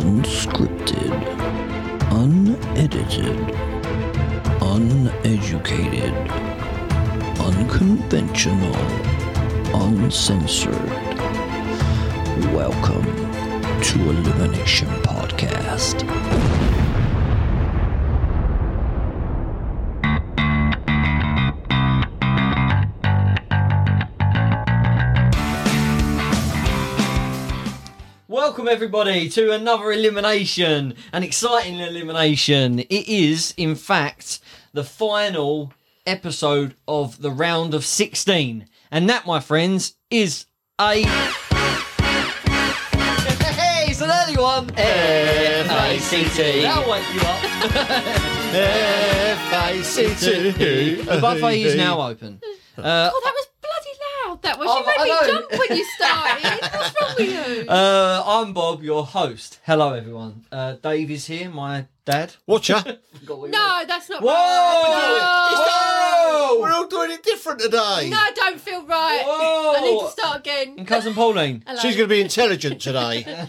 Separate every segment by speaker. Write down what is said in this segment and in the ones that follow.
Speaker 1: unscripted, unedited, uneducated, unconventional, uncensored. Welcome to Elimination Podcast.
Speaker 2: Welcome everybody to another elimination, an exciting elimination. It is, in fact, the final episode of the round of 16. And that, my friends, is a. Hey, it's an early one!
Speaker 3: F-A-C-T.
Speaker 2: That'll wake you up.
Speaker 3: F-A-C-T.
Speaker 2: The buffet is now open. Uh,
Speaker 4: Oh, that was bloody loud. That was.
Speaker 2: Oh,
Speaker 4: You made
Speaker 2: I know.
Speaker 4: me jump when you started. What's wrong with you?
Speaker 2: uh, I'm Bob, your host. Hello, everyone. Uh, Dave is here, my dad.
Speaker 3: Watcher.
Speaker 2: Forgot what he was.
Speaker 4: no, that's not
Speaker 2: Whoa!
Speaker 4: right.
Speaker 2: Whoa!
Speaker 3: We're all doing it different today.
Speaker 4: No, no, I don't feel right.
Speaker 2: Whoa!
Speaker 4: I need to start again.
Speaker 2: And cousin Pauline.
Speaker 4: Hello.
Speaker 3: She's going to be intelligent today.
Speaker 4: Hey,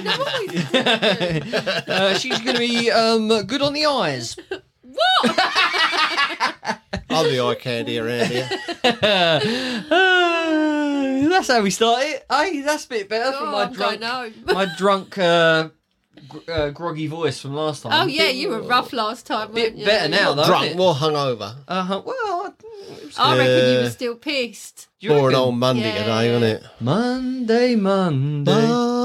Speaker 4: they're always intelligent.
Speaker 2: uh, she's going to be um, good on the eyes.
Speaker 4: What?
Speaker 3: I'm the eye candy around here.
Speaker 2: Uh, that's how we start it. Hey, that's a bit better from
Speaker 4: Oh,
Speaker 2: my
Speaker 4: I don't
Speaker 2: drunk,
Speaker 4: know.
Speaker 2: my drunk uh, gr- uh, groggy voice from last time.
Speaker 4: Oh yeah, you were rough last time,
Speaker 2: Bit
Speaker 4: weren't you?
Speaker 2: better now though.
Speaker 3: Drunk,
Speaker 2: isn't it?
Speaker 3: more hungover.
Speaker 2: Uh-huh. Well, I- do
Speaker 4: I reckon you
Speaker 3: Yeah.
Speaker 4: were still pissed.
Speaker 2: you
Speaker 3: Boring
Speaker 2: reckon?
Speaker 3: old Monday
Speaker 4: Yeah.
Speaker 3: today, isn't it?
Speaker 2: Monday, Monday.
Speaker 3: Ah.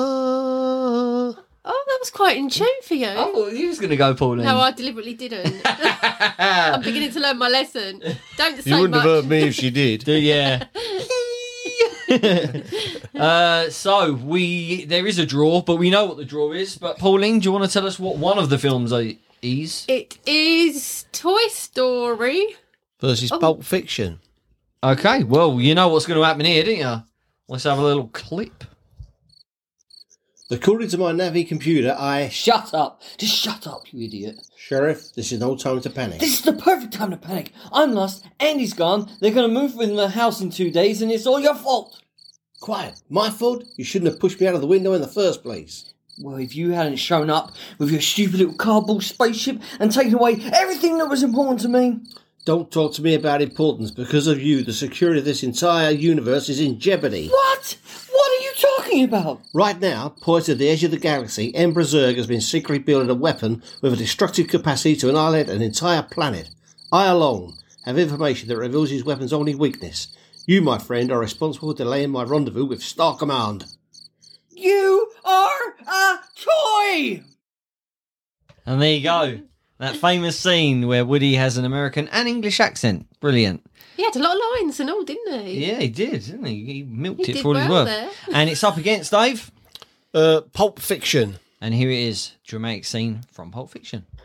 Speaker 4: Oh, that was quite in tune for you.
Speaker 2: I thought you was going to go, Pauline. Uh,
Speaker 4: No, I deliberately didn't. I'm beginning to learn my lesson. Don't say
Speaker 3: You wouldn't
Speaker 4: much.
Speaker 3: have heard me if she did.
Speaker 2: Do yeah. uh, so we there is a draw, but we know what the draw is. But Pauline, do you want to tell us what one of the films i- is?
Speaker 4: It is Toy Story.
Speaker 3: Versus Pulp Fiction.
Speaker 2: Okay, well you know what's going to happen here, didn't you? Let's have a little clip.
Speaker 5: According to my Navi computer, I.
Speaker 6: Shut up! Just shut up, you idiot!
Speaker 5: Sheriff, this is no time to panic.
Speaker 6: This is the perfect time to panic! I'm lost, Andy's gone, they're gonna move in the house in two days, and it's all your fault!
Speaker 5: Quiet. My fault? You shouldn't have pushed me out of the window in the first place.
Speaker 6: Well, if you hadn't shown up with your stupid little cardboard spaceship and taken away everything that was important to me!
Speaker 5: Don't talk to me about importance. Because of you, the security of this entire universe is in jeopardy.
Speaker 6: What? What are you talking about?
Speaker 5: Right now, poised at the edge of the galaxy, Emperor Zurg has been secretly building a weapon with a destructive capacity to annihilate an entire planet. I alone have information that reveals his weapon's only weakness. You, my friend, are responsible for delaying my rendezvous with Star Command.
Speaker 6: You are a toy!
Speaker 2: And there you go. That famous scene where Woody has an American and English accent. Brilliant.
Speaker 4: He had a lot of lines and all, didn't he?
Speaker 2: Yeah, he did, didn't he? He milked
Speaker 4: He
Speaker 2: it
Speaker 4: did
Speaker 2: for all his
Speaker 4: well
Speaker 2: worth.
Speaker 4: there.
Speaker 2: And it's up against Dave.
Speaker 3: Uh, Pulp Fiction.
Speaker 2: And here it is, dramatic scene from Pulp Fiction.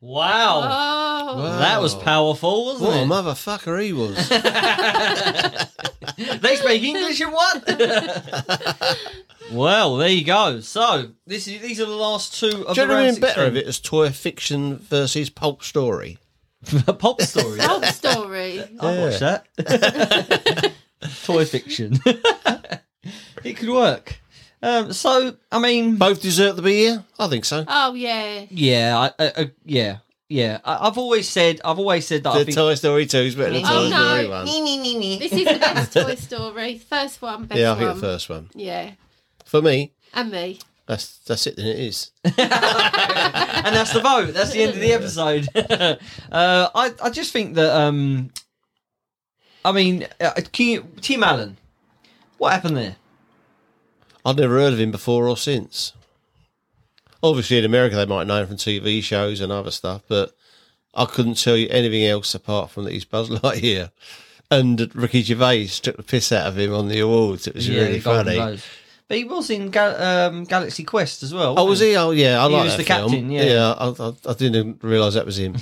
Speaker 2: Wow.
Speaker 4: Oh.
Speaker 2: That was
Speaker 3: Wow.
Speaker 2: powerful, wasn't
Speaker 3: What
Speaker 2: it?
Speaker 3: a motherfucker he was.
Speaker 2: they speak English and what? well, there you go. So this is these are the last two of
Speaker 3: Do you
Speaker 2: the
Speaker 3: know
Speaker 2: round
Speaker 3: anything better of
Speaker 2: 16.
Speaker 3: it as toy fiction versus Pulp Story?
Speaker 2: Pop story.
Speaker 4: Old story.
Speaker 2: I watched that. Toy fiction. it could work. Um, so I mean,
Speaker 3: Both deserve to be here? I think so.
Speaker 4: Oh yeah.
Speaker 2: yeah, I, I, I, yeah, yeah. I, I've always said, I've always said
Speaker 5: Oh,
Speaker 2: that. I
Speaker 3: The
Speaker 2: think,
Speaker 3: Toy Story 2 is better than
Speaker 4: Oh,
Speaker 3: Toy
Speaker 4: no.
Speaker 3: Story 1.
Speaker 4: This is the best Toy Story. First one, best
Speaker 3: Yeah, I
Speaker 4: one.
Speaker 3: think the first one.
Speaker 4: Yeah.
Speaker 3: For me,
Speaker 4: And me.
Speaker 3: that's that's it. Then it is.
Speaker 2: and that's the vote. That's the end of the episode. uh, I, I just think that, um, I mean, uh, can you, Tim Allen, what happened there?
Speaker 3: I've never heard of him before or since. Obviously, in America, they might know him from TV shows and other stuff, but I couldn't tell you anything else apart from that he's Buzz Lightyear. And Ricky Gervais took the piss out of him on the awards. It was really
Speaker 2: Golden
Speaker 3: funny.
Speaker 2: Globes. But he was in Gal- um, Galaxy Quest as well.
Speaker 3: Oh, was he? Oh, yeah, I
Speaker 2: He
Speaker 3: like
Speaker 2: was
Speaker 3: that
Speaker 2: the
Speaker 3: film.
Speaker 2: captain, yeah.
Speaker 3: I, I, I didn't realise that was him.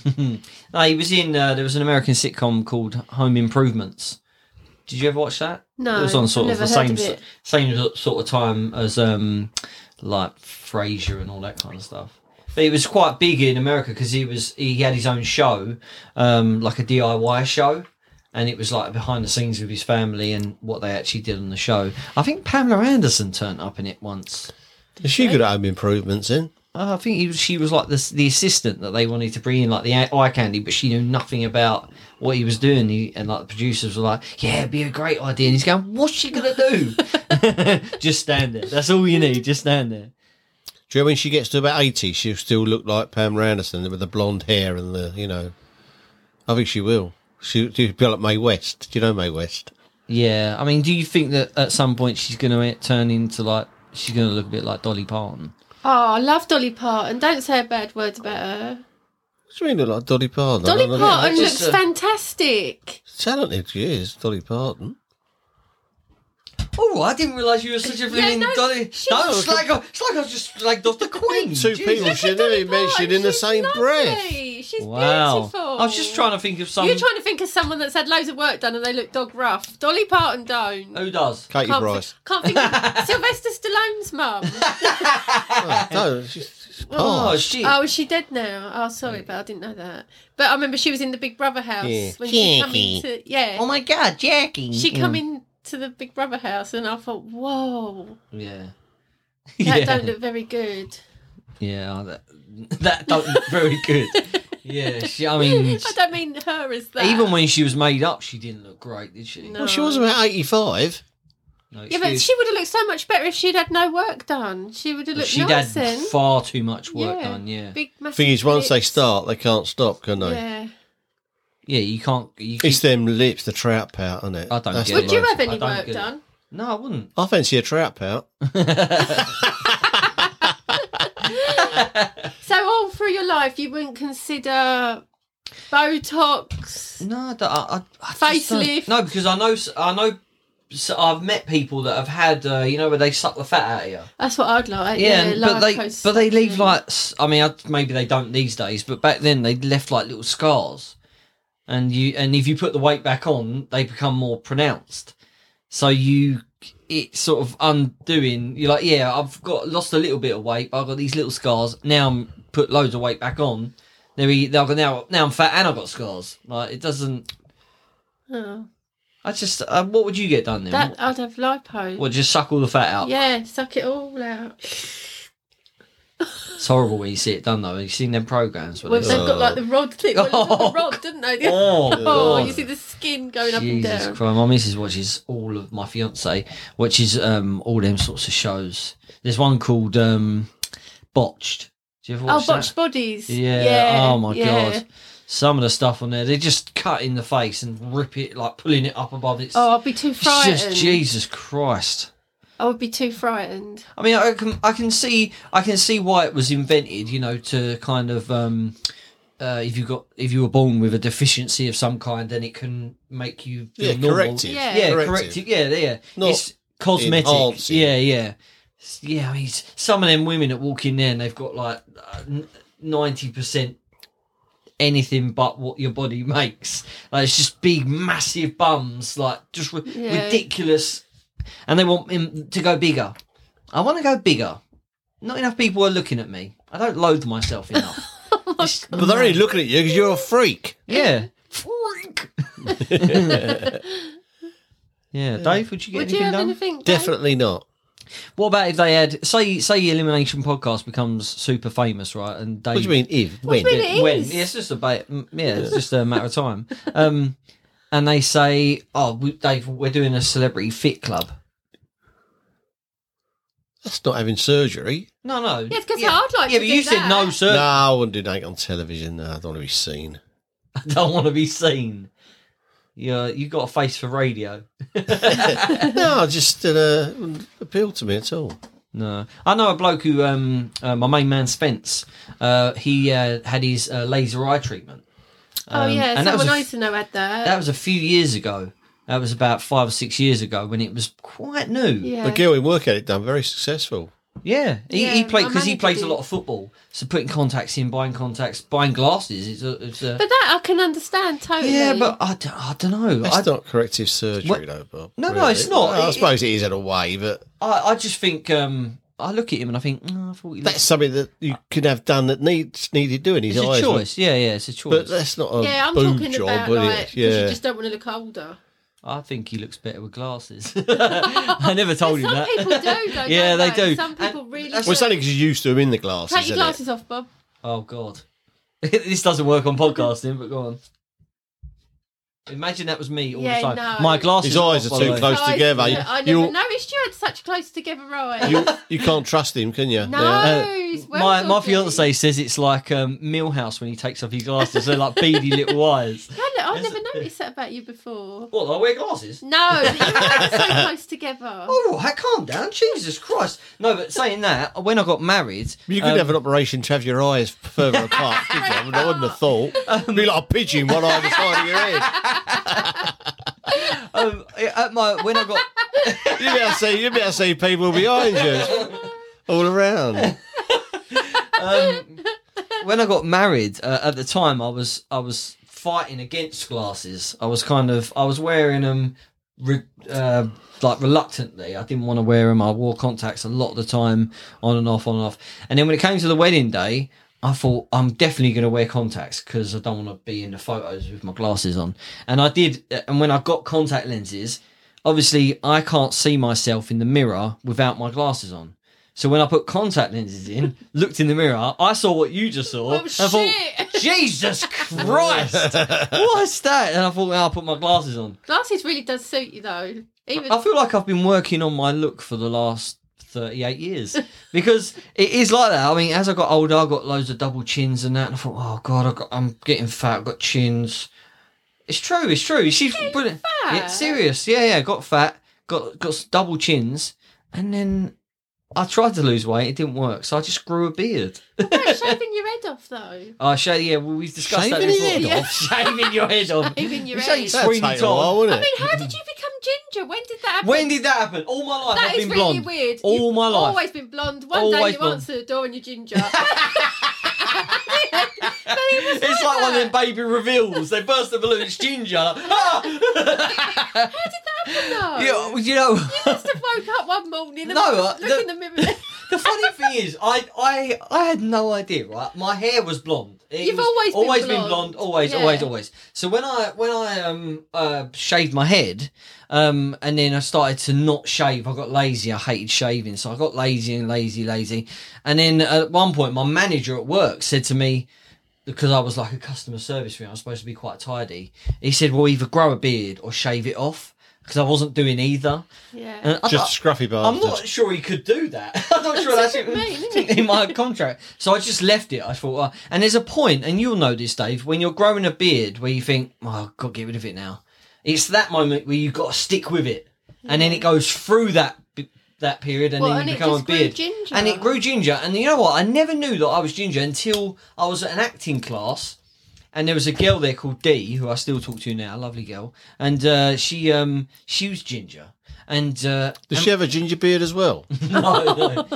Speaker 2: No, he was in. Uh, there was an American sitcom called Home Improvements. Did you ever watch that?
Speaker 4: No,
Speaker 2: it was on sort
Speaker 4: I've
Speaker 2: of the
Speaker 4: never
Speaker 2: same
Speaker 4: heard of
Speaker 2: s-
Speaker 4: it.
Speaker 2: same s- sort of time as um, like Frasier and all that kind of stuff. But he was quite big in America because he was he had his own show, um, like a DIY show, and it was like behind the scenes with his family and what they actually did on the show. I think Pamela Anderson turned up in it once.
Speaker 3: Is she good at home improvements then?
Speaker 2: Uh, I think he, she was like the, s- the assistant that they wanted to bring in, like the a- eye candy, but she knew nothing about what he was doing. He, and like the producers were like, "Yeah, it'd be a great idea." And he's going, "What's she gonna do? just stand there. That's all you need. Just stand there."
Speaker 3: Do you know when she gets to about 80, she'll still look like Pam Anderson with the blonde hair and the, you know. I think she will. She, she'll be like Mae West. Do you know Mae West?
Speaker 2: Yeah, I mean, do you think that at some point she's gonna e, turn into like she's gonna look a bit like Dolly Parton?
Speaker 4: Oh, I love Dolly Parton. Don't say a bad word about her.
Speaker 3: She really look like Dolly Parton. I
Speaker 4: Dolly
Speaker 3: don't know.
Speaker 4: Parton
Speaker 2: just,
Speaker 4: looks
Speaker 2: uh,
Speaker 4: fantastic.
Speaker 3: Talented she is, Dolly Parton.
Speaker 2: Oh, I didn't realise you were such a
Speaker 4: Yeah,
Speaker 2: villain,
Speaker 4: no,
Speaker 2: Dolly.
Speaker 4: she-
Speaker 2: No, it's like I- it's like I just slagged off the Queen.
Speaker 3: Two
Speaker 2: Jesus.
Speaker 3: people she nearly mentioned in the
Speaker 4: She's
Speaker 3: same breath.
Speaker 4: lovely. She's
Speaker 2: Wow.
Speaker 4: beautiful.
Speaker 2: I was just trying to think of some.
Speaker 4: You're trying to think of someone that's had loads of work done and they look dog rough. Dolly Parton don't.
Speaker 2: Who does?
Speaker 3: Katie
Speaker 4: Can't,
Speaker 3: Price.
Speaker 4: Think, can't think of Sylvester Stallone's mum.
Speaker 3: Oh, no, she's, she's
Speaker 2: Oh,
Speaker 3: posh.
Speaker 2: shit.
Speaker 4: Oh, is she dead now? Oh, sorry, but I didn't know that. But I remember she was in the Big Brother house
Speaker 3: Yeah.
Speaker 4: when she come into yeah.
Speaker 2: Oh my god, Jackie.
Speaker 4: she come
Speaker 2: Mm.
Speaker 4: in to the Big Brother house and I thought, whoa,
Speaker 2: Yeah.
Speaker 4: that
Speaker 2: yeah.
Speaker 4: don't look very good.
Speaker 2: yeah, oh, that, that don't look very good. yeah, she, I mean,
Speaker 4: I don't mean her as that.
Speaker 2: even when she was made up, she didn't look great, did she?
Speaker 4: No.
Speaker 3: Well, she was about 85.
Speaker 2: No
Speaker 4: yeah, but
Speaker 2: excuse.
Speaker 4: she would have looked so much better if she'd had no work done. She would have looked
Speaker 2: She'd
Speaker 4: nice
Speaker 2: had
Speaker 4: then.
Speaker 2: far too much work
Speaker 4: Yeah.
Speaker 2: done. Yeah,
Speaker 4: Big massive
Speaker 3: Thing is, once they
Speaker 4: lips.
Speaker 3: start, they can't stop, can they?
Speaker 4: Yeah.
Speaker 2: yeah, you can't. You keep,
Speaker 3: It's them lips, the trout pout, isn't it?
Speaker 2: I don't
Speaker 3: That's
Speaker 2: get
Speaker 3: the
Speaker 2: it.
Speaker 4: Would you
Speaker 3: worst.
Speaker 4: have
Speaker 2: I
Speaker 4: any
Speaker 2: don't
Speaker 4: work
Speaker 2: get it.
Speaker 4: done?
Speaker 2: no, I wouldn't.
Speaker 3: I fancy a trout pout.
Speaker 4: So all through your life, you wouldn't consider Botox.
Speaker 2: No, I, don't- I, I, I just don't-
Speaker 4: Facelift.
Speaker 2: No, because I know, s- I know, s I've met people that have had, uh, you know, where they suck the fat out of you.
Speaker 4: That's what I'd like.
Speaker 2: Yeah,
Speaker 4: Yeah,
Speaker 2: but
Speaker 4: live
Speaker 2: they
Speaker 4: post-
Speaker 2: but they leave like s- I mean I, maybe they don't these days, but back then they left like little scars, and you and if you put the weight back on, they become more pronounced. So you it's sort of undoing. You're like, yeah, I've got lost a little bit of weight, but I've got these little scars. Now I'm put loads of weight back on. Now we now now now I'm fat and I've got scars. Like it doesn't.
Speaker 4: Oh,
Speaker 2: I just uh, what would you get done then?
Speaker 4: that I'd have lipo.
Speaker 2: Well, just suck all the fat out.
Speaker 4: Yeah, suck it all out.
Speaker 2: It's horrible when you see it done though. You've seen them programs.
Speaker 4: Well, they've got like the rod thing. Well, they've got
Speaker 2: Oh.
Speaker 4: the rod, didn't they?
Speaker 2: Oh,
Speaker 4: Oh,
Speaker 2: God.
Speaker 4: you see the skin going up and
Speaker 2: Jesus
Speaker 4: down.
Speaker 2: Christ, my missus watches all of my fiance watches um all them sorts of shows. There's one called um Botched. Do you ever
Speaker 4: Oh,
Speaker 2: watch
Speaker 4: botched
Speaker 2: that?
Speaker 4: bodies.
Speaker 2: Yeah. Oh my
Speaker 4: yeah.
Speaker 2: god. Some of the stuff on there, they just cut in the face and rip it like pulling it up above its.
Speaker 4: Oh, I'd be too
Speaker 2: it's just
Speaker 4: frightened.
Speaker 2: Jesus Christ.
Speaker 4: I would be too frightened.
Speaker 2: I mean, I can I can see I can see why it was invented. You know, to kind of um, uh, if you got if you were born with a deficiency of some kind, then it can make you feel
Speaker 3: Yeah,
Speaker 2: normal.
Speaker 3: corrective.
Speaker 4: Yeah.
Speaker 2: yeah,
Speaker 3: Corrective.
Speaker 2: corrective. Yeah, yeah.
Speaker 3: Not
Speaker 2: it's cosmetic.
Speaker 3: enhancing.
Speaker 2: Yeah, yeah. It's- Yeah, I mean, it's- some of them women that walk in there and they've got like ninety percent anything but what your body makes. Like it's just big, massive bums, like just ri-
Speaker 4: Yeah.
Speaker 2: ridiculous, and they want him to go bigger. I want to go bigger. Not enough people are looking at me. I don't loathe myself enough.
Speaker 4: Oh
Speaker 2: It's-
Speaker 3: But they're only looking at you because you're a freak.
Speaker 2: yeah. Freak. yeah, Dave, would you get
Speaker 4: Would
Speaker 2: anything
Speaker 4: you have
Speaker 2: done?
Speaker 4: anything? Dave?
Speaker 3: Definitely not.
Speaker 2: What about if they had say say the elimination podcast becomes super famous, right? And Dave,
Speaker 3: What do you mean, if? When?
Speaker 4: do you mean? It
Speaker 2: when?
Speaker 4: is.
Speaker 2: Yeah, it's just a ba- mm, yeah, it's just a matter of time. Um, and they say, "Oh, we, Dave, we're doing a celebrity fit club."
Speaker 3: That's not having surgery.
Speaker 2: No, no.
Speaker 4: Yes, 'cause I'd like
Speaker 2: Yeah,
Speaker 4: to
Speaker 2: but
Speaker 4: do
Speaker 2: you said
Speaker 4: that.
Speaker 2: no,
Speaker 3: No,
Speaker 2: sir.
Speaker 3: I wouldn't do that on television. No, I don't want to be seen.
Speaker 2: I don't want to be seen. Yeah, you got a face for radio.
Speaker 3: no, I just uh, wouldn't appeal to me at all.
Speaker 2: No, I know a bloke who, um, uh, my main man Spence. Uh, he uh, had his uh, laser eye treatment.
Speaker 4: Oh
Speaker 2: Um,
Speaker 4: yeah,
Speaker 2: and that was
Speaker 4: someone
Speaker 2: a
Speaker 4: I
Speaker 2: f-
Speaker 4: used to know had that.
Speaker 2: That was a few years ago, That was about five or six years ago when it was quite new.
Speaker 4: Yeah.
Speaker 3: The girl in work had it done, very successful.
Speaker 2: Yeah, he, he
Speaker 4: Yeah,
Speaker 2: played
Speaker 4: my
Speaker 2: because he
Speaker 4: manager
Speaker 2: plays a
Speaker 4: did.
Speaker 2: lot of football. So putting contacts in, buying contacts, buying glasses. It's a, it's a
Speaker 4: But that I can understand totally.
Speaker 2: yeah, but I don't, I don't know.
Speaker 3: That's
Speaker 2: I,
Speaker 3: not corrective surgery,
Speaker 2: What-
Speaker 3: though, Bob.
Speaker 2: No, no, it's not.
Speaker 3: Well, I
Speaker 2: It-
Speaker 3: suppose it is in a way, but
Speaker 2: I, I just think um, I look at him and I think "Mm, I thought he
Speaker 3: that's
Speaker 2: looked,
Speaker 3: something that you could have done that needs needed doing. His
Speaker 2: it's
Speaker 3: eyes,
Speaker 2: a
Speaker 3: were-
Speaker 2: choice. Yeah, yeah, it's a choice.
Speaker 3: but that's not a
Speaker 4: yeah, I'm
Speaker 3: boob
Speaker 4: talking
Speaker 3: job,
Speaker 4: about
Speaker 3: would
Speaker 4: like
Speaker 3: it?
Speaker 4: 'cause
Speaker 3: Yeah,
Speaker 4: you just don't want to look older.
Speaker 2: I think he looks better with glasses. I never told him
Speaker 4: Some
Speaker 2: that.
Speaker 4: people do, though.
Speaker 2: Yeah,
Speaker 4: don't
Speaker 2: they do.
Speaker 4: Some
Speaker 2: And-
Speaker 4: people really.
Speaker 2: that's-
Speaker 3: well, it's
Speaker 4: do.
Speaker 3: only because you're used to him in the glasses.
Speaker 4: Take your
Speaker 3: isn't it?
Speaker 4: glasses off, Bob.
Speaker 2: Oh God, this doesn't work on podcasting. But go on. Imagine that was me all
Speaker 4: Yeah,
Speaker 2: the time.
Speaker 4: no.
Speaker 2: My glasses.
Speaker 3: His eyes
Speaker 2: off, by
Speaker 3: are
Speaker 2: the
Speaker 3: too
Speaker 2: way.
Speaker 3: close
Speaker 4: Eyes-
Speaker 3: together.
Speaker 4: yeah, I never
Speaker 3: You-
Speaker 4: noticed you had such close together eyes.
Speaker 3: you, you can't trust him, can you?
Speaker 4: no,
Speaker 3: Yeah.
Speaker 4: it's well
Speaker 2: Uh, My my
Speaker 4: dodgy.
Speaker 2: fiance says it's like um, Millhouse when he takes off his glasses. They're like beady little eyes.
Speaker 4: I, ne- I never noticed that about you before.
Speaker 2: What? I wear glasses.
Speaker 4: No, but your eyes are so close together. Oh,
Speaker 2: All right, calm down. Jesus Christ. No, but saying that, when I got married,
Speaker 3: You could
Speaker 2: um,
Speaker 3: have an operation to have your eyes further apart, could you? I, mean, I wouldn't have thought. It'd be like a pigeon, one eye on the side of your head.
Speaker 2: um, at my when I got
Speaker 3: You'd be able to see, you'd be able to see people behind you, all around.
Speaker 2: when I got married, uh, at the time I was I was fighting against glasses. I was kind of I was wearing them re- uh, like reluctantly. I didn't want to wear them. I wore contacts a lot of the time, on and off, on and off. And then when it came to the wedding day, I thought I'm definitely going to wear contacts because I don't want to be in the photos with my glasses on. And I did. uh, And when I got contact lenses, obviously I can't see myself in the mirror without my glasses on. So when I put contact lenses in, looked in the mirror, I saw what you just saw.
Speaker 4: Oh,
Speaker 2: and I thought,
Speaker 4: shit.
Speaker 2: Jesus Christ! What's that? And I thought, well, I'll put my glasses on.
Speaker 4: Glasses really does suit you though. Even
Speaker 2: I feel like I've been working on my look for the last 38 years because it is like that. I mean, as I got older, I got loads of double chins and that. And I thought, oh God, I got, I'm getting fat, I've got chins. It's true, it's true. She's brilliant. Yeah,
Speaker 4: fat?
Speaker 2: serious. Yeah, yeah, got fat, got, got s- double chins. And then I tried to lose weight, it didn't work. So I just grew a beard.
Speaker 4: about shaving your head off though.
Speaker 2: Oh, sha- yeah, well, we've discussed
Speaker 3: Shaving
Speaker 2: that
Speaker 3: his
Speaker 2: before.
Speaker 3: head
Speaker 2: Yeah.
Speaker 3: off?
Speaker 2: Shaving your head off.
Speaker 4: Shaving your
Speaker 2: You say
Speaker 4: head.
Speaker 2: it's
Speaker 3: That'd
Speaker 2: Sweeney
Speaker 3: take a
Speaker 2: Todd.
Speaker 3: while, wouldn't
Speaker 4: I
Speaker 3: it?
Speaker 4: mean, how did you become ginger? When did that happen?
Speaker 2: When did that happen? All my life
Speaker 4: That
Speaker 2: I've
Speaker 4: is
Speaker 2: been
Speaker 4: really
Speaker 2: blonde.
Speaker 4: weird.
Speaker 2: All
Speaker 4: You've
Speaker 2: my life.
Speaker 4: Always been blonde. One day
Speaker 2: Always
Speaker 4: you
Speaker 2: blonde.
Speaker 4: answer the door and you're ginger. But it was
Speaker 2: It's like one of them
Speaker 4: that.
Speaker 2: baby reveals. They burst the balloon, it's ginger. like, ah!
Speaker 4: How did that happen
Speaker 2: you,
Speaker 4: though?
Speaker 2: know, you know,
Speaker 4: must have woke up one morning and
Speaker 2: No, uh,
Speaker 4: look
Speaker 2: the-
Speaker 4: in the mirror.
Speaker 2: the funny thing is, I, I, I had no idea. Right, my hair was blonde. It
Speaker 4: You've
Speaker 2: was
Speaker 4: always been
Speaker 2: always been blonde.
Speaker 4: blonde.
Speaker 2: Always,
Speaker 4: Yeah.
Speaker 2: always, always. So when I when I um uh, shaved my head, um, and then I started to not shave. I got lazy. I hated shaving, so I got lazy and lazy, lazy. And then at one point, my manager at work said to me, because I was like a customer service thing, I was supposed to be quite tidy. He said, "Well, either grow a beard or shave it off," because I wasn't doing either.
Speaker 4: yeah.
Speaker 2: And I-
Speaker 3: Just scruffy bastard.
Speaker 2: I'm not sure he could do that. I'm not sure that's
Speaker 4: what I mean,
Speaker 2: in,
Speaker 4: isn't it?
Speaker 2: in my contract. So I just left it. I thought, uh, and there's a point, and you'll know this, Dave, when you're growing a beard where you think, oh, I've got to get rid of it now. It's that moment where you've got to stick with it. And then it goes through that b- that period and
Speaker 4: Well,
Speaker 2: then
Speaker 4: and
Speaker 2: you
Speaker 4: it
Speaker 2: become a
Speaker 4: just grew
Speaker 2: beard.
Speaker 4: ginger.
Speaker 2: And it grew ginger. And you know what? I never knew that I was ginger until I was at an acting class and there was a girl there called Dee, who I still talk to now, lovely girl. And uh, she um she was ginger. And uh,
Speaker 3: Does she have a ginger beard as well?
Speaker 2: no, no.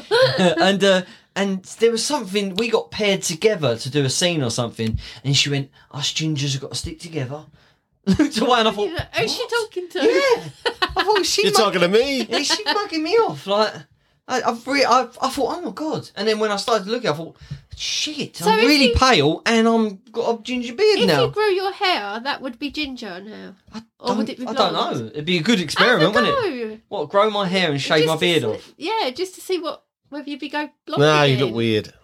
Speaker 2: and uh, and there was something we got paired together to do a scene or something, and she went, "Us gingers have got to stick together." Looked away, and I thought,
Speaker 4: Who's Oh, she
Speaker 2: "What?"
Speaker 4: talking to?
Speaker 2: Yeah, I thought she.
Speaker 3: You're talking to me?
Speaker 2: Is she mugging me off? Like, I, I've re- I, I thought, oh my god! And then when I started looking, I thought, shit,
Speaker 4: So
Speaker 2: I'm
Speaker 4: if
Speaker 2: really
Speaker 4: you-
Speaker 2: pale, and I'm got a ginger beard
Speaker 4: If
Speaker 2: now.
Speaker 4: you grew your hair, that would be ginger now. or would
Speaker 2: Don't-
Speaker 4: it be
Speaker 2: Um, I
Speaker 4: blonde?
Speaker 2: don't know. It'd be a good
Speaker 4: Have a
Speaker 2: experiment, wouldn't it?
Speaker 4: go.
Speaker 2: What, grow my hair and shave
Speaker 4: Just
Speaker 2: my
Speaker 4: to
Speaker 2: beard
Speaker 4: see-
Speaker 2: off?
Speaker 4: Yeah, just to see what whether you'd be go blonde.
Speaker 3: No, you
Speaker 4: again.
Speaker 3: look weird.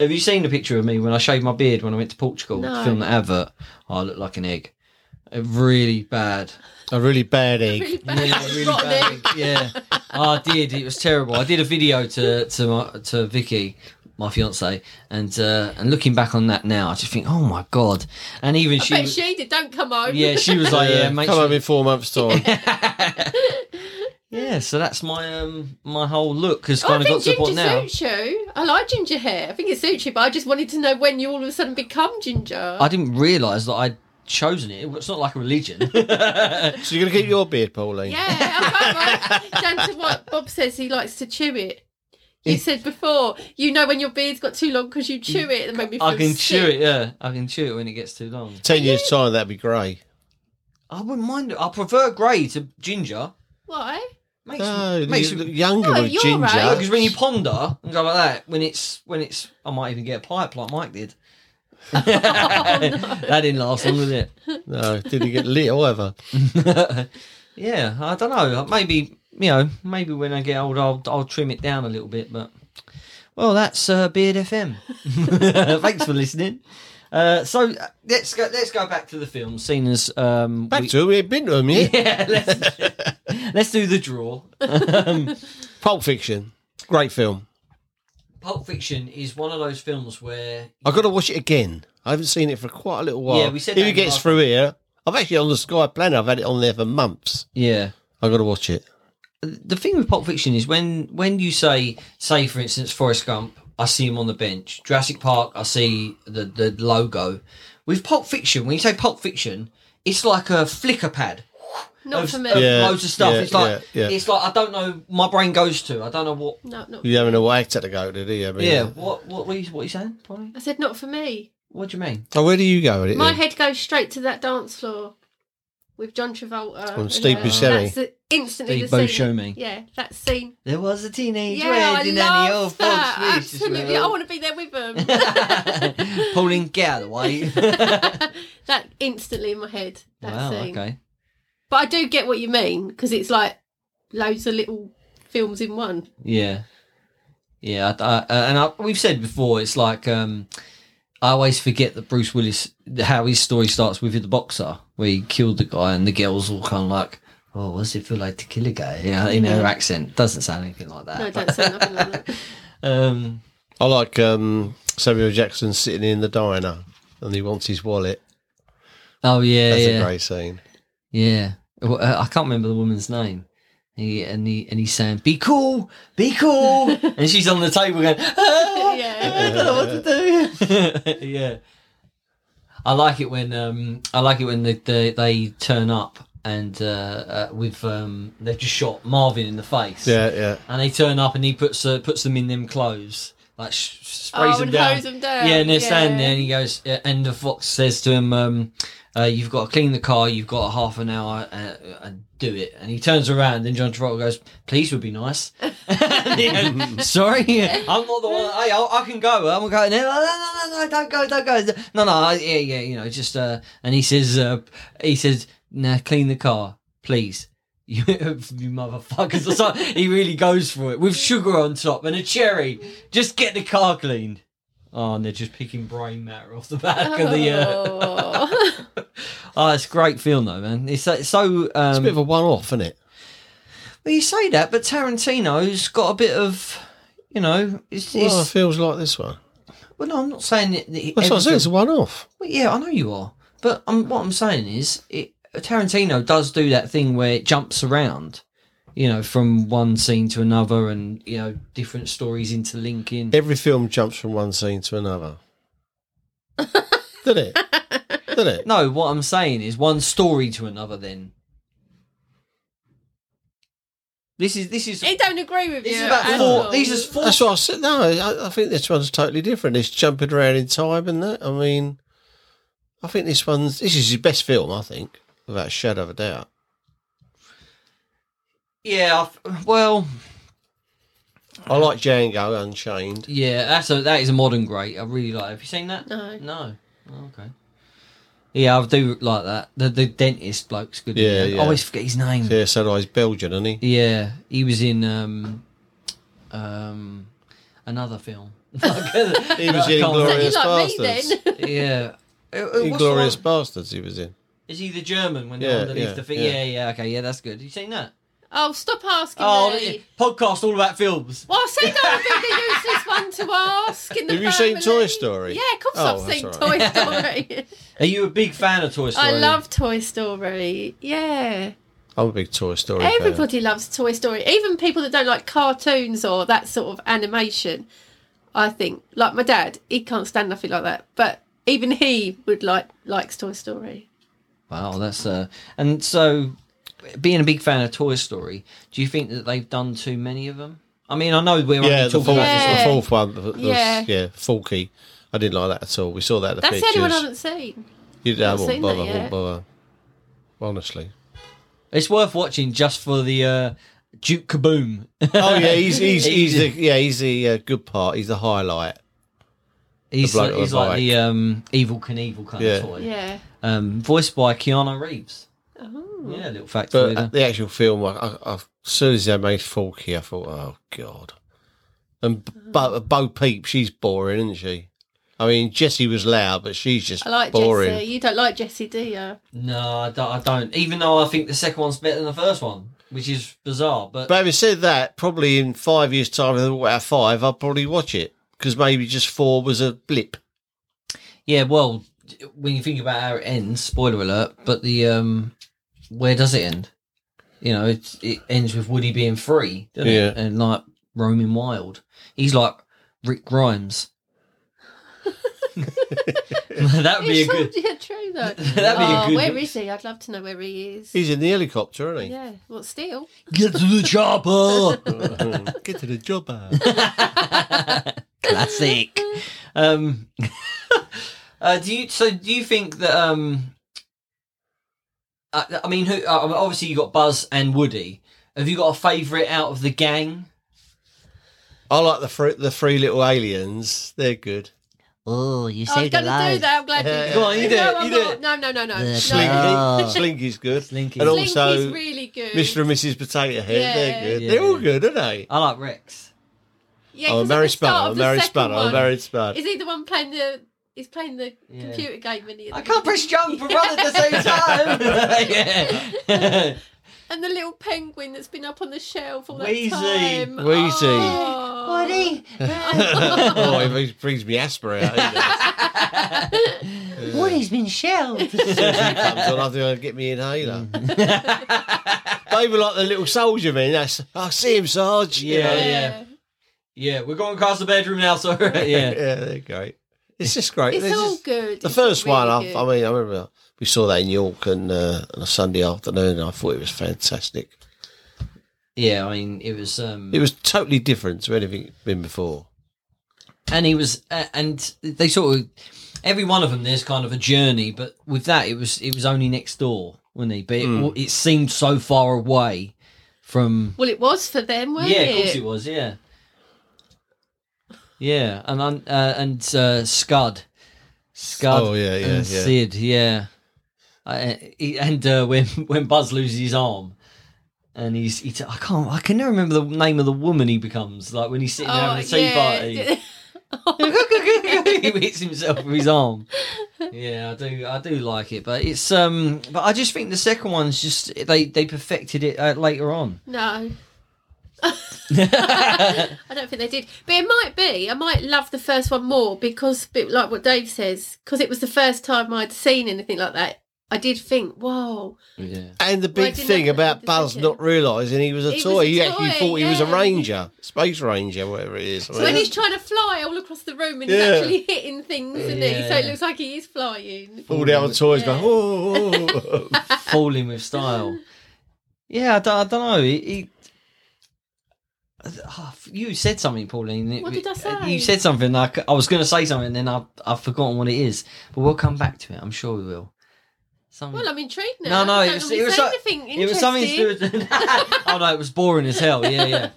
Speaker 2: Have you seen the picture of me when I shaved my beard when I went to Portugal to
Speaker 4: No.
Speaker 2: film the advert? I look like an egg. Uh, Really bad.
Speaker 3: A really bad egg.
Speaker 4: Really bad.
Speaker 2: really
Speaker 4: Rotten
Speaker 2: bad.
Speaker 4: egg.
Speaker 2: Yeah, I did. It was terrible. I did a video to to my, to Vicky, my fiance, and uh, and looking back on that now, I just think, oh my god. And even she,
Speaker 4: Bet
Speaker 2: was-
Speaker 4: she did. Don't come home.
Speaker 2: yeah, she was like, yeah,
Speaker 3: Yeah,
Speaker 2: uh, make
Speaker 3: Come
Speaker 2: sure-
Speaker 3: home in four months' time.
Speaker 2: yeah. So that's my um my whole look has
Speaker 4: Oh, I
Speaker 2: kind of got
Speaker 4: think
Speaker 2: to the point
Speaker 4: ginger
Speaker 2: now.
Speaker 4: suits you. I like ginger hair. I think it suits you, but I just wanted to know when you all of a sudden become ginger.
Speaker 2: I didn't realise that I chosen it. It's not like a religion.
Speaker 3: So you're going to keep your beard, Pauline?
Speaker 4: Yeah, I won't, right? down to what Bob says, he likes to chew it. You said before, you know when your beard's got too long because you chew it. That made me feel
Speaker 2: Mm. I can chew
Speaker 4: sick.
Speaker 2: it. Yeah, I can chew it when it gets too long.
Speaker 3: Ten years time, that'd be grey.
Speaker 2: I wouldn't mind. it. I prefer grey to ginger.
Speaker 4: Why?
Speaker 2: Makes
Speaker 3: No,
Speaker 2: makes
Speaker 3: you look
Speaker 2: me,
Speaker 3: younger
Speaker 4: No,
Speaker 3: with
Speaker 4: you're
Speaker 3: ginger.
Speaker 4: right.
Speaker 2: because when you ponder and go like that, when it's when it's, I might even get a pipe like Mike did. That didn't last long, did it?
Speaker 3: No, didn't get lit or ever.
Speaker 2: Yeah, I don't know. Maybe you know, maybe when I get older, I'll, I'll trim it down a little bit. But well, that's uh, Beard FM. Thanks for listening. Uh, so uh, let's go. Let's go back to the film. Seeing as um,
Speaker 3: Back
Speaker 2: we-
Speaker 3: to it, we ain't been to them yet.
Speaker 2: yeah, let's let's do the draw.
Speaker 3: Pulp Fiction, great film.
Speaker 2: Pulp Fiction is one of those films where
Speaker 3: I've got to watch it again. I haven't seen it for quite a little while.
Speaker 2: Yeah, we said
Speaker 3: if
Speaker 2: that
Speaker 3: it
Speaker 2: in the
Speaker 3: gets
Speaker 2: last
Speaker 3: through here, I've actually on the Sky Planner. I've had it on there for months.
Speaker 2: yeah.
Speaker 3: I've got to watch it.
Speaker 2: The thing with Pulp Fiction is when when you say say for instance Forrest Gump, I see him on the bench. Jurassic Park, I see the the logo. With Pulp Fiction, when you say Pulp Fiction, it's like a flicker pad.
Speaker 4: Not
Speaker 2: of,
Speaker 4: for
Speaker 2: of
Speaker 4: me.
Speaker 3: Yeah.
Speaker 2: loads of stuff.
Speaker 3: yeah,
Speaker 2: it's like
Speaker 3: yeah, yeah.
Speaker 2: it's like I don't know. My brain goes to I don't know what.
Speaker 4: No, not.
Speaker 3: You having a actor to go to, do you? I mean, uh,
Speaker 2: Yeah. What what were you what you saying? Polly?
Speaker 4: I said not for me.
Speaker 2: What do you mean?
Speaker 3: So where do you go with it?
Speaker 4: My
Speaker 3: then?
Speaker 4: head goes straight to that dance floor with John Travolta.
Speaker 3: From
Speaker 4: and
Speaker 3: Steve
Speaker 4: her.
Speaker 3: Buscemi.
Speaker 4: That's the, instantly
Speaker 2: Steve
Speaker 4: the scene.
Speaker 2: Buscemi.
Speaker 4: Yeah, that scene.
Speaker 2: There was a teenage
Speaker 4: Yeah, I
Speaker 2: wedding and the old
Speaker 4: love that.
Speaker 2: folks wishes
Speaker 4: Absolutely, Oh,
Speaker 2: were-
Speaker 4: I want to be there with them.
Speaker 2: Pauline, get out of the way.
Speaker 4: that instantly in my head. That
Speaker 2: wow.
Speaker 4: scene.
Speaker 2: Okay.
Speaker 4: But I do get what you mean because it's like loads of little films in one.
Speaker 2: Yeah. Yeah. I, I, uh, and I, we've said before, it's like um, I always forget that Bruce Willis, how his story starts with the boxer, where he killed the guy, and the girls all kind of like, "Oh, what's it feel like to kill a guy?" You know, in her accent, doesn't sound anything like that.
Speaker 4: No,
Speaker 2: but-
Speaker 4: don't say nothing like that.
Speaker 2: Um,
Speaker 3: I like um, Samuel Jackson sitting in the diner and he wants his wallet.
Speaker 2: oh yeah,
Speaker 3: That's
Speaker 2: yeah,
Speaker 3: a great scene.
Speaker 2: yeah. Well, uh, I can't remember the woman's name. He, and he and he's saying, "Be cool, be cool," and she's on the table going, "Ah, I
Speaker 4: Yeah.
Speaker 2: don't know what to do." yeah, I like it when um, I like it when the, the, they turn up and uh, uh, with um, they've just shot Marvin in the face.
Speaker 3: Yeah, yeah.
Speaker 2: and they turn up and he puts uh, puts them in them clothes, like sh- sprays
Speaker 4: Oh,
Speaker 2: them,
Speaker 4: and
Speaker 2: down.
Speaker 4: hose them down.
Speaker 2: Yeah, and they're standing
Speaker 4: Yeah.
Speaker 2: there, and he goes, uh, and the fox says to him, um, uh, "You've got to clean the car. You've got a half an hour and, and do it." And he turns around, and John Travolta goes, "Please would be nice." Yeah, Sorry, I'm not the one. Hey, I, I can go. I'm going. No, no, no, no, don't go, don't go. No, no, I- yeah, yeah, you know, just. Uh, and he says, uh, he says, "Now clean the car, please." you, you motherfuckers. Or something. he really goes for it with sugar on top and a cherry. Just get the car cleaned. Oh, and they're just picking brain matter off the back of the. Uh...
Speaker 4: Oh.
Speaker 2: Oh, it's a great film though, man. It's so. It's so
Speaker 3: It's a
Speaker 2: um...
Speaker 3: bit of a one off, isn't it?
Speaker 2: well, you say that, but Tarantino's got a bit of, you know, it's. it's...
Speaker 3: Well, Oh, it
Speaker 2: Well,
Speaker 3: feels like this one.
Speaker 2: no, I'm not saying that. that
Speaker 3: That's what I'm
Speaker 2: everything-
Speaker 3: saying. It's a one off.
Speaker 2: Well, yeah, I know you are, but um, what I'm saying is, it, Tarantino does do that thing where it jumps around, you know, from one scene to another, and you know, different stories interlinking.
Speaker 3: Every film jumps from one scene to another. Did it? Did it?
Speaker 2: No, what I'm saying is one story to another. Then this is this is
Speaker 4: I don't agree with
Speaker 2: this
Speaker 4: you.
Speaker 2: is about
Speaker 4: at
Speaker 2: four.
Speaker 4: all.
Speaker 2: These is four.
Speaker 3: That's what I said. No, I, I think this one's totally different. It's jumping around in time and that. I mean, I think this one's this is his best film. I think, without a shadow of a doubt.
Speaker 2: Yeah, I f- well,
Speaker 3: I like Django Unchained.
Speaker 2: yeah, that's a that is a modern great. I really like. it. Have you seen that?
Speaker 4: No.
Speaker 2: No. Oh, okay. Yeah, I do like that. The the dentist bloke's good.
Speaker 3: Yeah,
Speaker 2: isn't he?
Speaker 3: yeah.
Speaker 2: I always forget his name.
Speaker 3: Yeah, so do I. he's Belgian, isn't he?
Speaker 2: Yeah, he was in um, um, another film.
Speaker 3: He was in
Speaker 2: can't-
Speaker 3: Glorious
Speaker 4: you like me
Speaker 3: Bastards.
Speaker 4: then?
Speaker 2: yeah. Uh, uh, what's the
Speaker 3: Inglorious
Speaker 2: one-
Speaker 3: Bastards. He was in.
Speaker 2: Is he the German when
Speaker 3: Yeah,
Speaker 2: they're underneath
Speaker 3: yeah,
Speaker 2: the thing?
Speaker 3: yeah.
Speaker 2: Yeah. yeah, okay, yeah, that's good. You seen that?
Speaker 4: Oh, stop asking
Speaker 2: Oh,
Speaker 4: me.
Speaker 2: yeah, podcast all about films.
Speaker 4: Well, I said I would be the useless one to ask. In the
Speaker 3: Have you seen
Speaker 4: family.
Speaker 3: Toy Story?
Speaker 4: Yeah, of course
Speaker 3: Oh,
Speaker 4: I've seen
Speaker 3: that's all
Speaker 4: Toy Story.
Speaker 2: Are you a big fan of Toy Story?
Speaker 4: I love Toy Story. Yeah.
Speaker 3: I'm a big Toy Story fan.
Speaker 4: Everybody loves Toy Story. Even people that don't like cartoons or that sort of animation, I think. Like my dad, he can't stand nothing like that. But even he would like likes Toy Story.
Speaker 2: Wow, that's uh, and so being a big fan of Toy Story, do you think that they've done too many of them? I mean, I know we're
Speaker 3: Yeah,
Speaker 2: only talking
Speaker 3: the fourth,
Speaker 2: about this
Speaker 4: Yeah.
Speaker 3: the fourth one. Was,
Speaker 4: Yeah.
Speaker 3: yeah, Falky. I didn't like that at all. We saw that. At the
Speaker 4: That's the
Speaker 3: pictures.
Speaker 4: only one I haven't seen.
Speaker 3: You I
Speaker 4: I've
Speaker 3: wouldn't
Speaker 4: seen
Speaker 3: bother.
Speaker 4: that
Speaker 3: wouldn't
Speaker 4: yet.
Speaker 3: bother. Honestly.
Speaker 2: It's worth watching just for the uh, Duke Kaboom.
Speaker 3: Oh yeah, he's he's he's the yeah he's the uh, good part. He's the highlight.
Speaker 2: he's
Speaker 3: bloke
Speaker 2: like,
Speaker 3: on
Speaker 2: he's
Speaker 3: the
Speaker 2: like
Speaker 3: bike.
Speaker 2: the um, evil Knievel kind
Speaker 3: Yeah.
Speaker 2: of toy.
Speaker 4: Yeah.
Speaker 2: Um, voiced by Keanu Reeves. Yeah, little fact for you
Speaker 3: But uh,
Speaker 2: there.
Speaker 3: the actual film, I, I, I, as soon as they made Falky, I thought, oh god. And Bo, Bo Peep, she's boring, isn't she? I mean, Jessie was loud, but she's just
Speaker 4: I like
Speaker 3: boring.
Speaker 4: Jesse. You don't like Jesse, do you?
Speaker 2: No, I don't, I don't. Even though I think the second one's better than the first one, which is bizarre. But,
Speaker 3: But having said that, probably in five years' time, if they brought out five, I'll probably watch it because maybe just four was a blip.
Speaker 2: yeah, well, when you think about how it ends, spoiler alert. But the um, where does it end? You know, it it ends with Woody being free, doesn't
Speaker 3: Yeah.
Speaker 2: it? And like roaming wild. He's like Rick Grimes. that would be a
Speaker 4: It's
Speaker 2: good.
Speaker 4: so- Yeah, true though.
Speaker 2: That'd be a
Speaker 4: oh,
Speaker 2: good-
Speaker 4: where is he? I'd love to know where he is.
Speaker 3: He's in the helicopter, isn't he?
Speaker 4: Yeah. Well, still.
Speaker 2: Get to the chopper.
Speaker 3: Get to the job. uh.
Speaker 2: Classic. Um, uh, do you so? Do you think that? Um, I, I mean, who? Uh, obviously, you got Buzz and Woody. Have you got a favourite out of the gang?
Speaker 3: I like the three, the three little aliens. They're good.
Speaker 1: Oh, you
Speaker 4: I was
Speaker 1: saved a
Speaker 4: going to do
Speaker 1: life.
Speaker 4: that. I'm glad you.
Speaker 3: Go on, you do
Speaker 4: no,
Speaker 3: it,
Speaker 4: I'm
Speaker 3: you do
Speaker 4: not.
Speaker 3: it.
Speaker 4: No, no, no, no.
Speaker 1: The
Speaker 3: Slinky,
Speaker 4: no.
Speaker 1: Oh.
Speaker 3: Slinky's good.
Speaker 2: Slinky.
Speaker 3: And
Speaker 4: Slinky's
Speaker 3: also,
Speaker 4: really good.
Speaker 3: Mr. and Mrs. Potato Head.
Speaker 4: Yeah.
Speaker 3: They're good.
Speaker 2: Yeah.
Speaker 3: They're all good, aren't they?
Speaker 2: I like Rex.
Speaker 4: Yeah,
Speaker 2: Oh,
Speaker 3: I'm
Speaker 4: 'cause at
Speaker 3: Mary
Speaker 4: the start
Speaker 3: Spud.
Speaker 4: of
Speaker 3: I'm
Speaker 4: the
Speaker 3: Mary
Speaker 4: second
Speaker 3: Spud.
Speaker 4: one-
Speaker 3: I'm Mary Spud.
Speaker 4: Is he the one playing the? He's playing the
Speaker 2: Yeah.
Speaker 4: computer game, and he?
Speaker 2: I can't press jump and run at the same time. yeah.
Speaker 4: And the little penguin that's been up on the shelf all that
Speaker 2: Wheezy.
Speaker 4: time.
Speaker 3: Wheezy.
Speaker 4: Oh.
Speaker 2: Woody.
Speaker 3: oh, it brings- brings me eh? asper out. doesn't
Speaker 1: Woody's been shelled.
Speaker 3: it? He comes on, I think I'll get me inhaler.
Speaker 2: Mm.
Speaker 3: they were like the little soldier men. That's, I see him, Sarge. you
Speaker 2: Yeah,
Speaker 3: know?
Speaker 2: yeah. Yeah, we're going across the bedroom now, so yeah.
Speaker 3: yeah, they're great. It's just great.
Speaker 4: It's
Speaker 3: They're
Speaker 4: all
Speaker 3: just-
Speaker 4: good.
Speaker 3: The
Speaker 4: It's
Speaker 3: first
Speaker 4: really
Speaker 3: one, I,
Speaker 4: good.
Speaker 3: I mean, I remember we saw that in York and uh, on a Sunday afternoon, and I thought it was fantastic.
Speaker 2: Yeah, I mean it was um
Speaker 3: It was totally different to anything been before.
Speaker 2: and he was uh, and they sort of every one of them there's kind of a journey but with that it was it was only next door wasn't he but it,
Speaker 3: Hmm.
Speaker 2: it seemed so far away from
Speaker 4: Well, it was for them, wasn't
Speaker 2: yeah
Speaker 4: it?
Speaker 2: of course it was yeah yeah and un- uh, and uh, scud scud
Speaker 3: Oh, yeah, yeah,
Speaker 2: and
Speaker 3: yeah.
Speaker 2: sid yeah uh, he- and uh, when when buzz loses his arm and he's, he t- I can't, I can never remember the name of the woman he becomes. Like when he's sitting
Speaker 4: Oh,
Speaker 2: there having a tea party, he hits himself with his arm. Yeah, I do. I do like it, but it's um. But I just think the second one's just they they perfected it uh, later on.
Speaker 4: no. I don't think they did, but it might be. I might love the first one more because, bit like what Dave says, because it was the first time I'd seen anything like that. I did think, whoa,
Speaker 2: Yeah.
Speaker 3: And the
Speaker 4: Well, I
Speaker 3: big
Speaker 4: didn't
Speaker 3: thing
Speaker 4: know that
Speaker 3: about
Speaker 4: was
Speaker 3: Buzz
Speaker 4: such a-
Speaker 3: not realising he was a
Speaker 4: He was
Speaker 3: toy,
Speaker 4: a
Speaker 3: he actually
Speaker 4: toy,
Speaker 3: thought he was a
Speaker 4: yeah.
Speaker 3: ranger, space ranger, whatever it is. I
Speaker 4: So when
Speaker 3: mean,
Speaker 4: he's trying to fly all across the room and he's
Speaker 3: Yeah.
Speaker 4: actually hitting things, isn't he? So it
Speaker 2: Yeah.
Speaker 4: looks like he is flying.
Speaker 3: all the other toys going, oh, oh, oh, oh."
Speaker 2: Falling with style. Yeah, I don't, I don't know. He, he- Ah, you said something, Pauline. It- uh,
Speaker 4: What did I say?
Speaker 2: You said something. Like I was going to say something, and then I I've forgotten what it is. But we'll come back to it. I'm sure we will. Something.
Speaker 4: Well, I'm intrigued
Speaker 2: No,
Speaker 4: now.
Speaker 2: no,
Speaker 4: I
Speaker 2: it
Speaker 4: don't
Speaker 2: was,
Speaker 4: normally
Speaker 2: it was
Speaker 4: say
Speaker 2: so-
Speaker 4: anything
Speaker 2: it was something to do
Speaker 4: interesting.
Speaker 2: with. oh no, it was boring as hell. Yeah, yeah.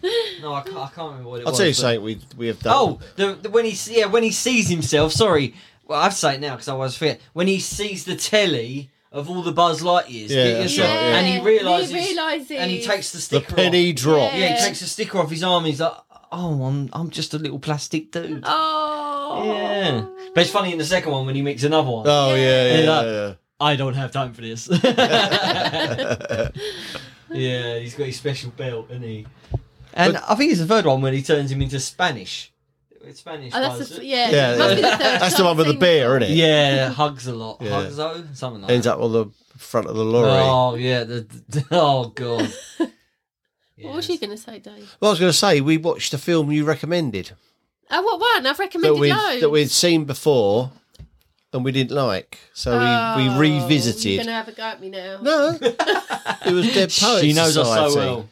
Speaker 2: No, I, ca- I can't remember what it
Speaker 3: I'll
Speaker 2: was.
Speaker 3: tell you
Speaker 2: but-
Speaker 3: something we, we have done.
Speaker 2: Oh, the, the when he s- yeah when he sees himself. Sorry, well I've say it now because I was fit. When he sees the telly of all the Buzz Lightyears,
Speaker 3: Yeah,
Speaker 2: get
Speaker 3: that's
Speaker 2: yourself,
Speaker 3: right, yeah.
Speaker 2: and he
Speaker 4: Yeah,
Speaker 2: realizes,
Speaker 4: he realises.
Speaker 2: and he takes the
Speaker 3: the
Speaker 2: sticker
Speaker 3: penny
Speaker 2: off. Yeah,
Speaker 3: drop.
Speaker 2: he
Speaker 4: Yeah.
Speaker 2: takes the sticker off his arm. He's like, oh, I'm I'm just a little plastic dude.
Speaker 4: Oh,
Speaker 2: Yeah, but it's funny in the second one when he meets another one.
Speaker 3: Oh, yeah, yeah,
Speaker 2: And
Speaker 3: yeah.
Speaker 2: like-
Speaker 3: yeah.
Speaker 2: I don't have time for this. yeah, he's got his special belt, and he. And I think it's the third one when he turns him into Spanish. It's Spanish.
Speaker 4: Oh, that's
Speaker 2: guys.
Speaker 4: the, yeah.
Speaker 3: Yeah,
Speaker 4: it must be the
Speaker 3: yeah.
Speaker 4: third
Speaker 3: That's the
Speaker 4: time
Speaker 3: one with the
Speaker 4: I've seen
Speaker 3: beer, isn't it?
Speaker 2: Yeah, hugs a lot.
Speaker 3: Yeah.
Speaker 2: Hugs though, something like
Speaker 3: Ends
Speaker 2: that.
Speaker 3: up on the front of the lorry.
Speaker 2: Oh yeah, the, the- oh god.
Speaker 4: What was you going to say, Dave?
Speaker 3: Well, I was going to say, we watched a film you recommended
Speaker 4: Oh, what one? I've
Speaker 3: that
Speaker 4: recommended
Speaker 3: we'd,
Speaker 4: loads.
Speaker 3: that we'd seen before, and we didn't like, so we, we revisited.
Speaker 4: Oh, You're gonna have a go at me now.
Speaker 3: No, it was Dead Poets.
Speaker 2: she knows
Speaker 3: Society.
Speaker 2: us so well.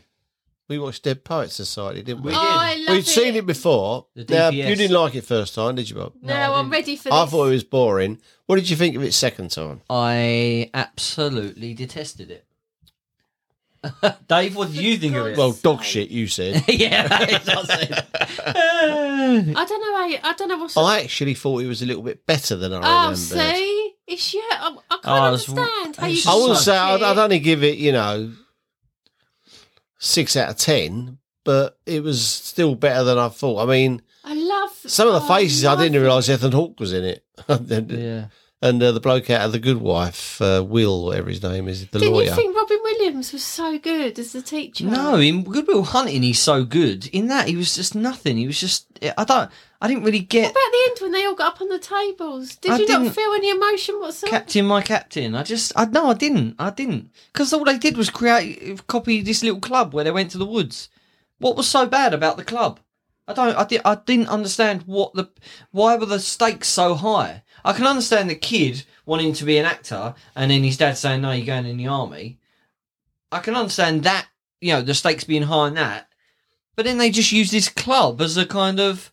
Speaker 3: We watched Dead Poets Society, didn't we?
Speaker 2: We
Speaker 4: Oh, I love
Speaker 3: We'd seen it before.
Speaker 2: The
Speaker 3: Now
Speaker 2: DPS.
Speaker 3: you didn't like it first time, did you, Bob?
Speaker 4: No,
Speaker 2: No, I
Speaker 4: I'm ready for this.
Speaker 3: I thought it was boring. What did you think of it second time?
Speaker 2: I absolutely detested it. Dave, what do you think of it?
Speaker 3: Well, dog
Speaker 4: Same.
Speaker 3: shit, you said.
Speaker 2: yeah, that is what I said.
Speaker 4: I don't know. I, I don't know what's.
Speaker 3: I actually thought it was a little bit better than I
Speaker 4: oh,
Speaker 3: remembered.
Speaker 4: see, it's yeah. I, I can't
Speaker 2: Oh, it's-
Speaker 4: understand how you.
Speaker 2: it's
Speaker 3: I
Speaker 4: can
Speaker 3: wouldn't
Speaker 4: like
Speaker 3: say I'd,
Speaker 4: it.
Speaker 3: I'd only give it, you know, six out of ten, but it was still better than I thought. I mean,
Speaker 4: I love
Speaker 3: some of the
Speaker 4: oh,
Speaker 3: faces I
Speaker 4: love
Speaker 3: didn't
Speaker 4: it.
Speaker 3: realise Ethan Hawke was in it, and,
Speaker 2: yeah.
Speaker 3: and, uh, the bloke out of The Good Wife, uh, Will, whatever his name is, the
Speaker 4: Didn't
Speaker 3: lawyer.
Speaker 4: you think Robin Williams was so good as the teacher?
Speaker 2: No, in Goodwill Hunting, he's so good. In that, he was just nothing. He was just. I don't. I didn't really
Speaker 4: What
Speaker 2: get
Speaker 4: about the end when they all got up on the tables? Did
Speaker 2: I
Speaker 4: you
Speaker 2: didn't-
Speaker 4: not feel any emotion whatsoever?
Speaker 2: Captain, my Captain. I just. I no, I didn't. I didn't. Because all they did was create, copy this little club where they went to the woods. What was so bad about the club? I don't. I did. I didn't understand what the. Why were the stakes so high? I can understand the kid wanting to be an actor, and then his dad saying, "No, you're going in the army." I can understand that. You know, the stakes being high and that. But then they just use this club as a kind of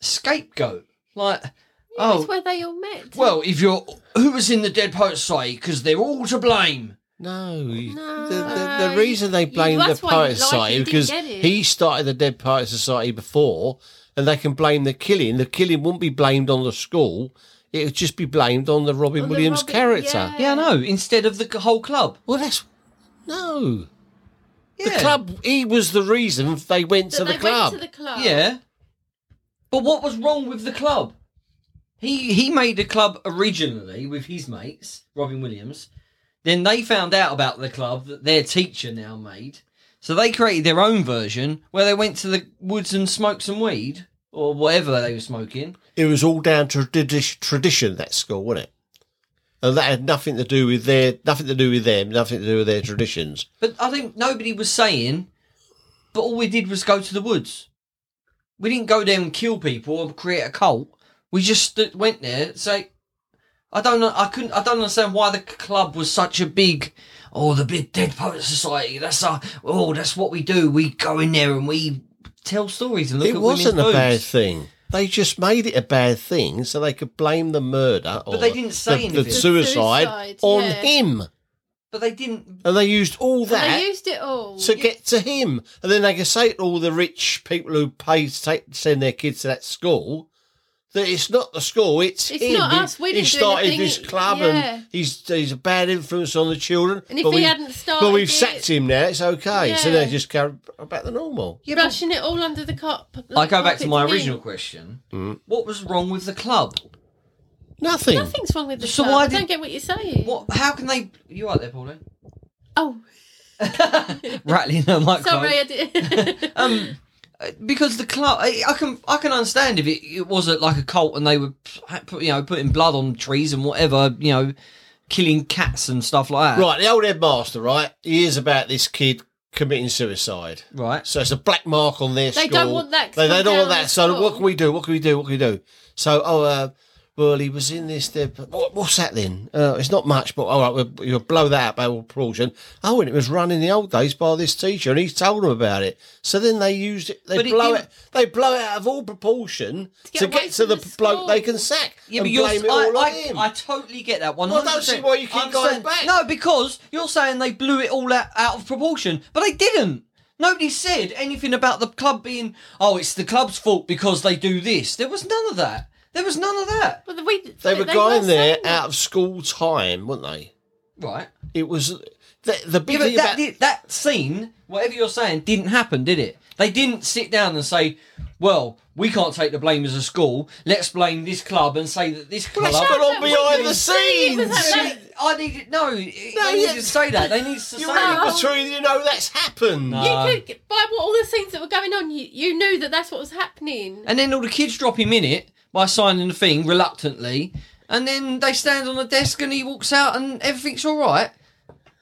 Speaker 2: scapegoat. Like,
Speaker 4: Yeah,
Speaker 2: oh,
Speaker 4: That's where they all met.
Speaker 2: well, if you're who was in the Dead Poets Society, because they're all to blame.
Speaker 3: No, you-
Speaker 4: No,
Speaker 3: the, the, the
Speaker 4: you-
Speaker 3: reason they
Speaker 4: you-
Speaker 3: blame the
Speaker 4: that's why you
Speaker 3: Pirate
Speaker 4: like it,
Speaker 3: Society
Speaker 4: you didn't
Speaker 3: because
Speaker 4: get it.
Speaker 3: he started the Dead Pirate Society before, and they can blame the killing. The killing wouldn't be blamed on the school; it would just be blamed on the Robin
Speaker 4: On the
Speaker 3: Williams
Speaker 4: Robin-
Speaker 3: character.
Speaker 2: Yeah, I know. Instead of the g- whole club.
Speaker 3: Well, that's no.
Speaker 2: Yeah.
Speaker 3: The club. He was the reason they went
Speaker 4: That
Speaker 3: to
Speaker 4: they
Speaker 3: the club.
Speaker 4: Went to the club.
Speaker 2: Yeah. But what was wrong with the club? He he made the club originally with his mates, Robin Williams. Then they found out about the club that their teacher now made. So they created their own version where they went to the woods and smoked some weed or whatever they were smoking.
Speaker 3: It was all down to tradi- tradition. That school, wasn't it? And that had nothing to do with their nothing to do with them, nothing to do with their traditions.
Speaker 2: But I think nobody was saying. But all we did was go to the woods. We didn't go there and kill people or create a cult. We just stood, went there. Say, I don't know. I couldn't. I don't understand why the c- club was such a big. Oh, the big Dead Poets Society. That's our. Oh, that's what we do. We go in there and we tell stories and look
Speaker 3: it
Speaker 2: at
Speaker 3: wasn't a
Speaker 2: women's
Speaker 3: bad
Speaker 2: boobs.
Speaker 3: thing. They just made it a bad thing so they could blame the murder or
Speaker 2: they didn't say
Speaker 3: the, the
Speaker 2: anything. The
Speaker 3: suicide,
Speaker 4: suicide,
Speaker 3: on
Speaker 4: yeah.
Speaker 3: him.
Speaker 2: But they didn't.
Speaker 3: And they used all
Speaker 4: And
Speaker 3: that
Speaker 4: they used it all.
Speaker 3: to
Speaker 4: You-
Speaker 3: get to him. And then they could say to all the rich people who pay to take, send their kids to that school that it's not the school, it's,
Speaker 4: It's
Speaker 3: him.
Speaker 4: not
Speaker 3: He-
Speaker 4: us, we
Speaker 3: he
Speaker 4: didn't do
Speaker 3: started
Speaker 4: anything,
Speaker 3: this club
Speaker 4: yeah.
Speaker 3: and he's he's a bad influence on the children.
Speaker 4: And if
Speaker 3: but
Speaker 4: he
Speaker 3: we-
Speaker 4: hadn't started,
Speaker 3: But we've
Speaker 4: it,
Speaker 3: sacked him now, it's okay. So
Speaker 4: Yeah.
Speaker 3: they just go about the normal.
Speaker 4: You're brushing it all under the cop.
Speaker 2: I go back to
Speaker 4: carpet
Speaker 2: my
Speaker 4: thing.
Speaker 2: original question.
Speaker 3: Mm.
Speaker 2: What was wrong with the club?
Speaker 3: Nothing.
Speaker 4: Nothing's wrong with the
Speaker 2: So
Speaker 4: club.
Speaker 2: why
Speaker 4: I don't
Speaker 2: did-
Speaker 4: get what you're saying.
Speaker 2: What? How can they? You right there, Pauline?
Speaker 4: Oh,
Speaker 2: Rattling the microphone.
Speaker 4: sorry, I did.
Speaker 2: um, because the club, I, I can I can understand if it, it was a, like a cult and they were pu- you know putting blood on trees and whatever you know, killing cats and stuff like that.
Speaker 3: Right, the old headmaster, right? He is about this kid committing suicide.
Speaker 2: right.
Speaker 3: So it's a black mark on their
Speaker 4: They
Speaker 3: school.
Speaker 4: don't want that
Speaker 3: They, they
Speaker 4: come
Speaker 3: don't want
Speaker 4: down
Speaker 3: that.
Speaker 4: the
Speaker 3: So
Speaker 4: school.
Speaker 3: what can we do? What can we do? What can we do? So oh, uh, well, he was in this. there, but What, what's that then? Uh, it's not much, but all right, we'll, you'll blow that up by all proportion. Oh, and it was run in the old days by this teacher, and he told them about it. So then they used it. They
Speaker 2: But it
Speaker 3: blow it,
Speaker 2: didn't-
Speaker 3: They blow it out of all proportion to
Speaker 4: get
Speaker 3: get,
Speaker 4: away
Speaker 3: to
Speaker 4: from
Speaker 3: the,
Speaker 4: the
Speaker 3: bloke
Speaker 4: school.
Speaker 3: they can sack
Speaker 2: Yeah,
Speaker 3: and
Speaker 2: but you're,
Speaker 3: blame
Speaker 2: I,
Speaker 3: it all on
Speaker 2: I,
Speaker 3: him.
Speaker 2: I totally get that one.
Speaker 3: Well, I don't see why you keep going back.
Speaker 2: No, because you're saying they blew it all out, out of proportion, but they didn't. Nobody said anything about the club being, oh, it's the club's fault because they do this. There was none of that. There was none of that.
Speaker 4: But we,
Speaker 3: they were going there
Speaker 4: saying
Speaker 3: out of school time, weren't they?
Speaker 2: Right.
Speaker 3: It was the, the big
Speaker 2: Yeah, but that,
Speaker 3: thing about
Speaker 2: did- that scene, whatever you're saying, didn't happen, did it? They didn't sit down and say, well, we can't take the blame as a school. Let's blame this club and say that this club.
Speaker 3: Well, that's got on
Speaker 4: that we
Speaker 3: behind
Speaker 4: didn't
Speaker 3: the
Speaker 4: see it was
Speaker 3: scenes.
Speaker 4: that-
Speaker 2: Shit, I need no. They
Speaker 3: yeah.
Speaker 2: need to say that. They need to say
Speaker 3: You're in
Speaker 2: that.
Speaker 4: right.
Speaker 3: between, you know that's happened.
Speaker 2: No.
Speaker 4: You could, by what all the things that were going on, you, you knew that that's what was happening.
Speaker 2: And then all the kids drop him in it by signing the thing reluctantly, and then they stand on the desk and he walks out and everything's all right.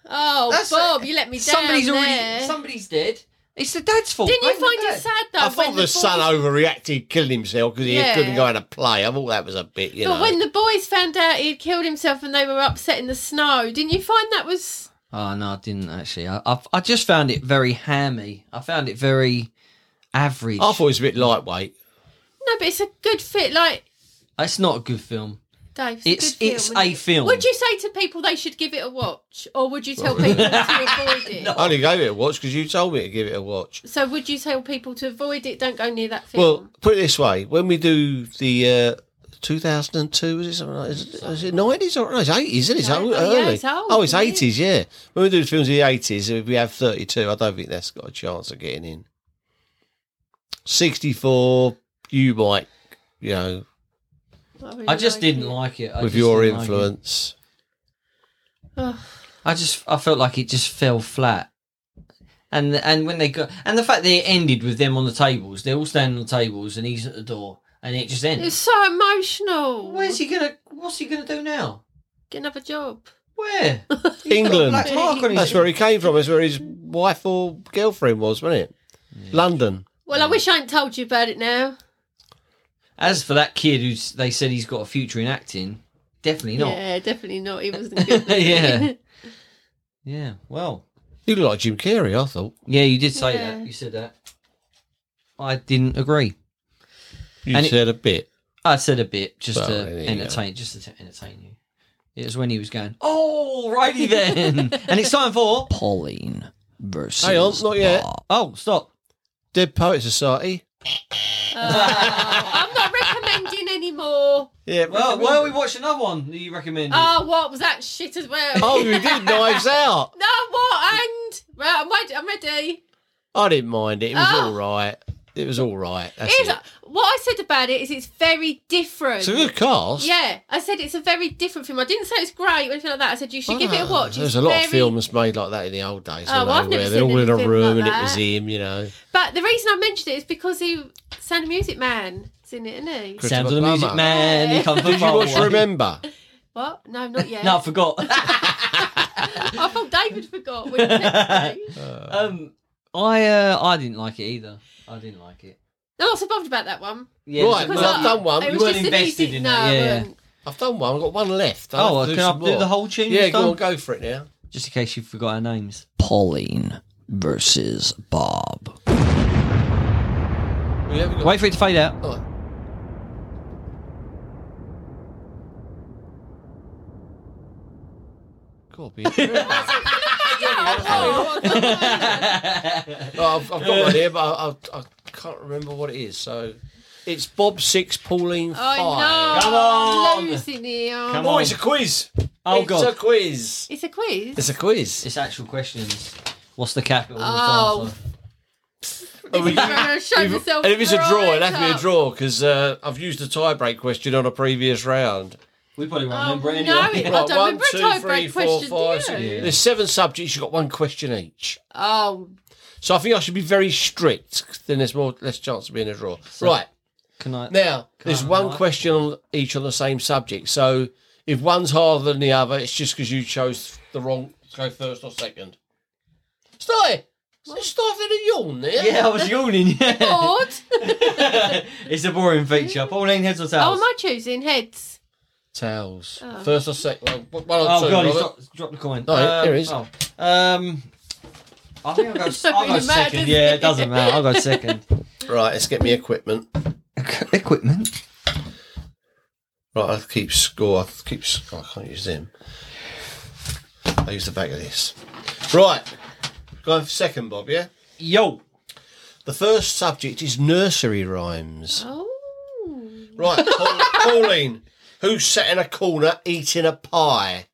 Speaker 4: Oh,
Speaker 2: That's
Speaker 4: Bob, you let me down
Speaker 2: somebody's
Speaker 4: there.
Speaker 2: already somebody's dead. It's the dad's fault.
Speaker 4: Didn't you
Speaker 2: Blame the
Speaker 4: find it
Speaker 2: dad.
Speaker 4: sad though?
Speaker 3: I
Speaker 4: when
Speaker 3: thought the son
Speaker 4: boys-
Speaker 3: overreacted, killing himself because he
Speaker 4: Yeah.
Speaker 3: couldn't go out and play. I thought that was a bit, you
Speaker 4: But
Speaker 3: know.
Speaker 4: when the boys found out he'd killed himself and they were upset in the snow, didn't you find that was?
Speaker 2: Oh no, I didn't actually. I, I I just found it very hammy. I found it very average.
Speaker 3: I thought it was a bit lightweight.
Speaker 4: No, but it's a good fit. Like
Speaker 2: it's not a good film.
Speaker 4: Dave,
Speaker 2: It's
Speaker 4: a good
Speaker 2: it's
Speaker 4: film,
Speaker 2: a
Speaker 4: isn't it?
Speaker 2: film.
Speaker 4: Would you say to people they should give it a watch, or would you tell people to avoid it?
Speaker 3: I only gave it a watch because you told me to give it a watch.
Speaker 4: So would you tell people to avoid it? Don't go near that film.
Speaker 3: Well, put it this way: when we do the uh, 2002, was it something? Like, is, it- is it 90s or no, it's 80s? Isn't it? It's
Speaker 4: No,
Speaker 3: old-
Speaker 4: oh, yeah,
Speaker 3: early.
Speaker 4: it's old,
Speaker 3: oh, it's
Speaker 4: yeah.
Speaker 3: 80s. Yeah. When we do the films of the 80s, if we have 32, I don't think that's got a chance of getting in. 64, you might, you know,
Speaker 4: really
Speaker 2: I just
Speaker 4: like
Speaker 2: didn't
Speaker 4: it.
Speaker 2: like it. I
Speaker 3: with
Speaker 2: just
Speaker 3: your
Speaker 2: didn't like it.
Speaker 3: influence.
Speaker 4: Ugh.
Speaker 2: I just I felt like it just fell flat. And and when they got and the fact that it ended with them on the tables, they're all standing on the tables and he's at the door and it just
Speaker 4: It was
Speaker 2: ends.
Speaker 4: so emotional.
Speaker 2: Where's he gonna what's he gonna do now?
Speaker 4: Get another job.
Speaker 2: Where?
Speaker 3: England.
Speaker 2: Black mark on his
Speaker 3: That's where he came from. That's where his wife or girlfriend was, wasn't it? London.
Speaker 4: Well, I wish I hadn't told you about it now.
Speaker 2: As for that kid who's they said he's got a future in acting, definitely not.
Speaker 4: Yeah, definitely not. He wasn't good. was he?
Speaker 2: Yeah. Yeah, well.
Speaker 3: You look like Jim Carrey, I thought.
Speaker 2: Yeah, you did say
Speaker 4: Yeah.
Speaker 2: that. You said that. I didn't agree.
Speaker 3: You
Speaker 2: And it-
Speaker 3: said a bit.
Speaker 2: I said a bit just
Speaker 3: Well, there
Speaker 2: to
Speaker 3: you go.
Speaker 2: entertain, just to entertain you. It was when he was going, "Oh, righty then," and it's time for Pauline versus.
Speaker 3: Hang on, not yet.
Speaker 2: Bob. Oh, stop!
Speaker 3: Dead Poet Society.
Speaker 4: Oh, I'm not recommending anymore.
Speaker 3: Yeah,
Speaker 2: Well, well, we watched another one that you recommended.
Speaker 4: Oh, what was that shit as well?
Speaker 3: Oh, you did Knives Out.
Speaker 4: No, what? And well, I'm ready. I'm ready.
Speaker 3: I didn't mind it. It was
Speaker 4: Oh.
Speaker 3: all right. It was all right. That's
Speaker 4: Here's-
Speaker 3: it.
Speaker 4: what I said about it is it's very different.
Speaker 3: It's a good cast.
Speaker 4: Yeah, I said it's a very different film. I didn't say it's great or anything like that. I said you should give it a watch.
Speaker 3: Ah,
Speaker 4: It's
Speaker 3: There's a lot
Speaker 4: very...
Speaker 3: of films made like that in the old days,
Speaker 4: Oh,
Speaker 3: weren't
Speaker 4: well, I've
Speaker 3: they,
Speaker 4: never
Speaker 3: where they're
Speaker 4: seen
Speaker 3: all in a
Speaker 4: anything
Speaker 3: room
Speaker 4: like
Speaker 3: and it was
Speaker 4: that.
Speaker 3: him, you know.
Speaker 4: But the reason I mentioned it is because he Sound of Music Man is in it, isn't he?
Speaker 3: Chris-
Speaker 2: Sound of
Speaker 3: Christopher
Speaker 2: the Music
Speaker 3: Plummer.
Speaker 2: Man. He comes from
Speaker 3: Did you
Speaker 2: far
Speaker 3: watch
Speaker 2: away.
Speaker 3: Remember? Uh.
Speaker 4: What? No, not yet.
Speaker 2: No, I forgot.
Speaker 4: I thought David forgot. When he texted me.
Speaker 2: um, I uh, I didn't like it either. I didn't like it.
Speaker 4: I'm not so bothered about that one.
Speaker 2: Yeah,
Speaker 3: Right,
Speaker 2: so-
Speaker 4: Because
Speaker 3: well,
Speaker 4: I-
Speaker 3: I've done one.
Speaker 4: it
Speaker 2: You
Speaker 4: was
Speaker 2: weren't
Speaker 4: just an
Speaker 2: invested
Speaker 4: easy-
Speaker 2: in
Speaker 4: no, um,
Speaker 2: that,
Speaker 4: I
Speaker 2: yeah.
Speaker 4: wasn't.
Speaker 3: I've done one. I've got one left. I'll
Speaker 2: Oh,
Speaker 3: have to
Speaker 2: can I
Speaker 3: some
Speaker 2: do
Speaker 3: more.
Speaker 2: the whole tune?
Speaker 3: Yeah,
Speaker 2: this
Speaker 3: go
Speaker 2: time?
Speaker 3: on, go for it now.
Speaker 2: Just in case you forgot our names. Pauline versus Bob.
Speaker 3: We haven't got-
Speaker 2: Wait for it to fade out.
Speaker 3: Oh. God, be-
Speaker 4: Oh,
Speaker 3: Well, I've, I've got one here, but I, I, I can't remember what it is. So it's Bob Six, Pauline
Speaker 4: Oh, I know.
Speaker 3: Five.
Speaker 2: Come on.
Speaker 4: I'm losing here.
Speaker 2: Come
Speaker 3: Oh,
Speaker 2: on.
Speaker 3: it's a quiz.
Speaker 2: Oh,
Speaker 3: it's
Speaker 2: God.
Speaker 3: a quiz.
Speaker 4: It's a quiz.
Speaker 3: It's a quiz.
Speaker 2: It's actual questions. What's the capital? of
Speaker 4: Oh.
Speaker 2: Arthur? Oh,
Speaker 4: This is where I'm gonna show myself.
Speaker 3: And if it's a draw,
Speaker 4: right
Speaker 3: it'll have to be
Speaker 4: up.
Speaker 3: a draw because uh, I've used a tiebreak question on a previous round.
Speaker 2: We probably won't
Speaker 4: Um,
Speaker 2: remember
Speaker 4: no,
Speaker 2: anyway.
Speaker 4: I don't remember a tiebreak question, do you?
Speaker 3: six. There's seven subjects. You've got one question each.
Speaker 4: Oh,
Speaker 3: So I think I should be very strict. Then there's more less chance of being a draw. right
Speaker 2: Can I?
Speaker 3: now, there's
Speaker 2: Can't
Speaker 3: one
Speaker 2: lie.
Speaker 3: question on each on the same subject. So if one's harder than the other, it's just because you chose the wrong. Go first or second. Stay. Start with a yawn there.
Speaker 2: Yeah, I was yawning. Yeah.
Speaker 4: bored.
Speaker 2: it's a boring feature. Pauline heads or
Speaker 4: oh,
Speaker 2: tails?
Speaker 4: am I choosing heads?
Speaker 3: Towels.
Speaker 4: Oh.
Speaker 3: First or second. Well, one or
Speaker 2: Oh,
Speaker 3: two,
Speaker 2: god, he's
Speaker 3: Robert.
Speaker 2: dropped, dropped the coin.
Speaker 3: No,
Speaker 2: um,
Speaker 3: here it is.
Speaker 2: Oh. Um, I think I'll go,
Speaker 4: Doesn't
Speaker 2: I'll go
Speaker 4: really matter,
Speaker 2: second.
Speaker 4: does
Speaker 2: Yeah, it
Speaker 4: it?
Speaker 2: doesn't matter. I'll go second.
Speaker 3: Right, let's get me equipment.
Speaker 2: Equipment.
Speaker 3: Right, I keep score. I keep. sc- I can't use them. I use the back of this. Right, going for second, Bob. Yeah.
Speaker 2: Yo.
Speaker 3: The first subject is nursery rhymes.
Speaker 4: Oh,
Speaker 3: Right, Paul, Pauline, who's sat in a corner eating a pie?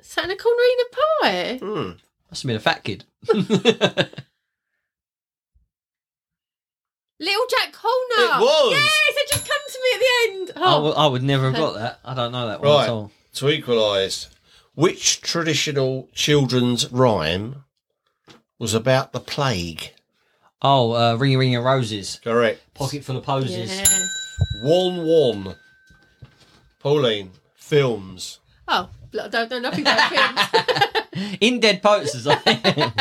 Speaker 4: sat in a corner eating a pie.
Speaker 3: Hmm.
Speaker 2: Must have been a fat kid.
Speaker 4: Little Jack Horner.
Speaker 3: It was.
Speaker 4: Yes, it just come to me at the end.
Speaker 2: I
Speaker 4: Oh,
Speaker 2: would- I would never have got that. I don't know that one
Speaker 3: Right.
Speaker 2: at all.
Speaker 3: To equalise, which traditional children's rhyme was about the plague?
Speaker 2: Oh, uh, ring ring of roses,
Speaker 3: Correct.
Speaker 2: pocket full of posies.
Speaker 4: Oh, yeah.
Speaker 3: One one. Pauline, films.
Speaker 4: Oh, I don't know nothing about films.
Speaker 2: in Dead Poets Society.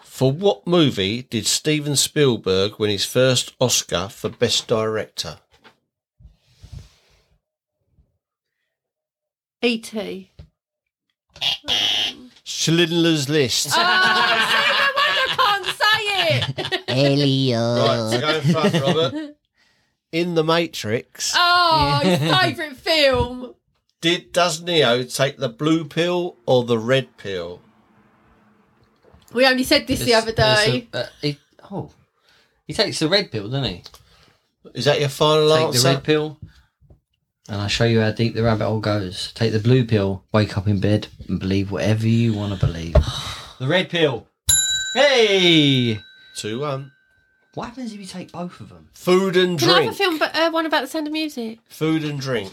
Speaker 3: For what movie did Steven Spielberg win his first Oscar for Best Director?
Speaker 4: E E.T.
Speaker 3: Schindler's List.
Speaker 4: Oh, see, no wonder I can't say it. Uh.
Speaker 1: Elio.
Speaker 3: go fast, Robert. In The Matrix,
Speaker 4: Oh, his favourite film.
Speaker 3: did does Neo take the blue pill or the red pill?
Speaker 4: We only said this the other day.
Speaker 2: It's a- uh, he- oh, he takes the red pill, doesn't he?
Speaker 3: Is that your final
Speaker 2: Take the
Speaker 3: answer?
Speaker 2: red pill, and I'll show you how deep the rabbit hole goes. Take the blue pill, wake up in bed, and believe whatever you want to believe. the red pill. Hey!
Speaker 3: Two one.
Speaker 2: What happens if you take both of them?
Speaker 3: Food and
Speaker 4: Can I have a
Speaker 3: drink.
Speaker 4: film, but uh, one about the sound of music?
Speaker 3: Food and drink.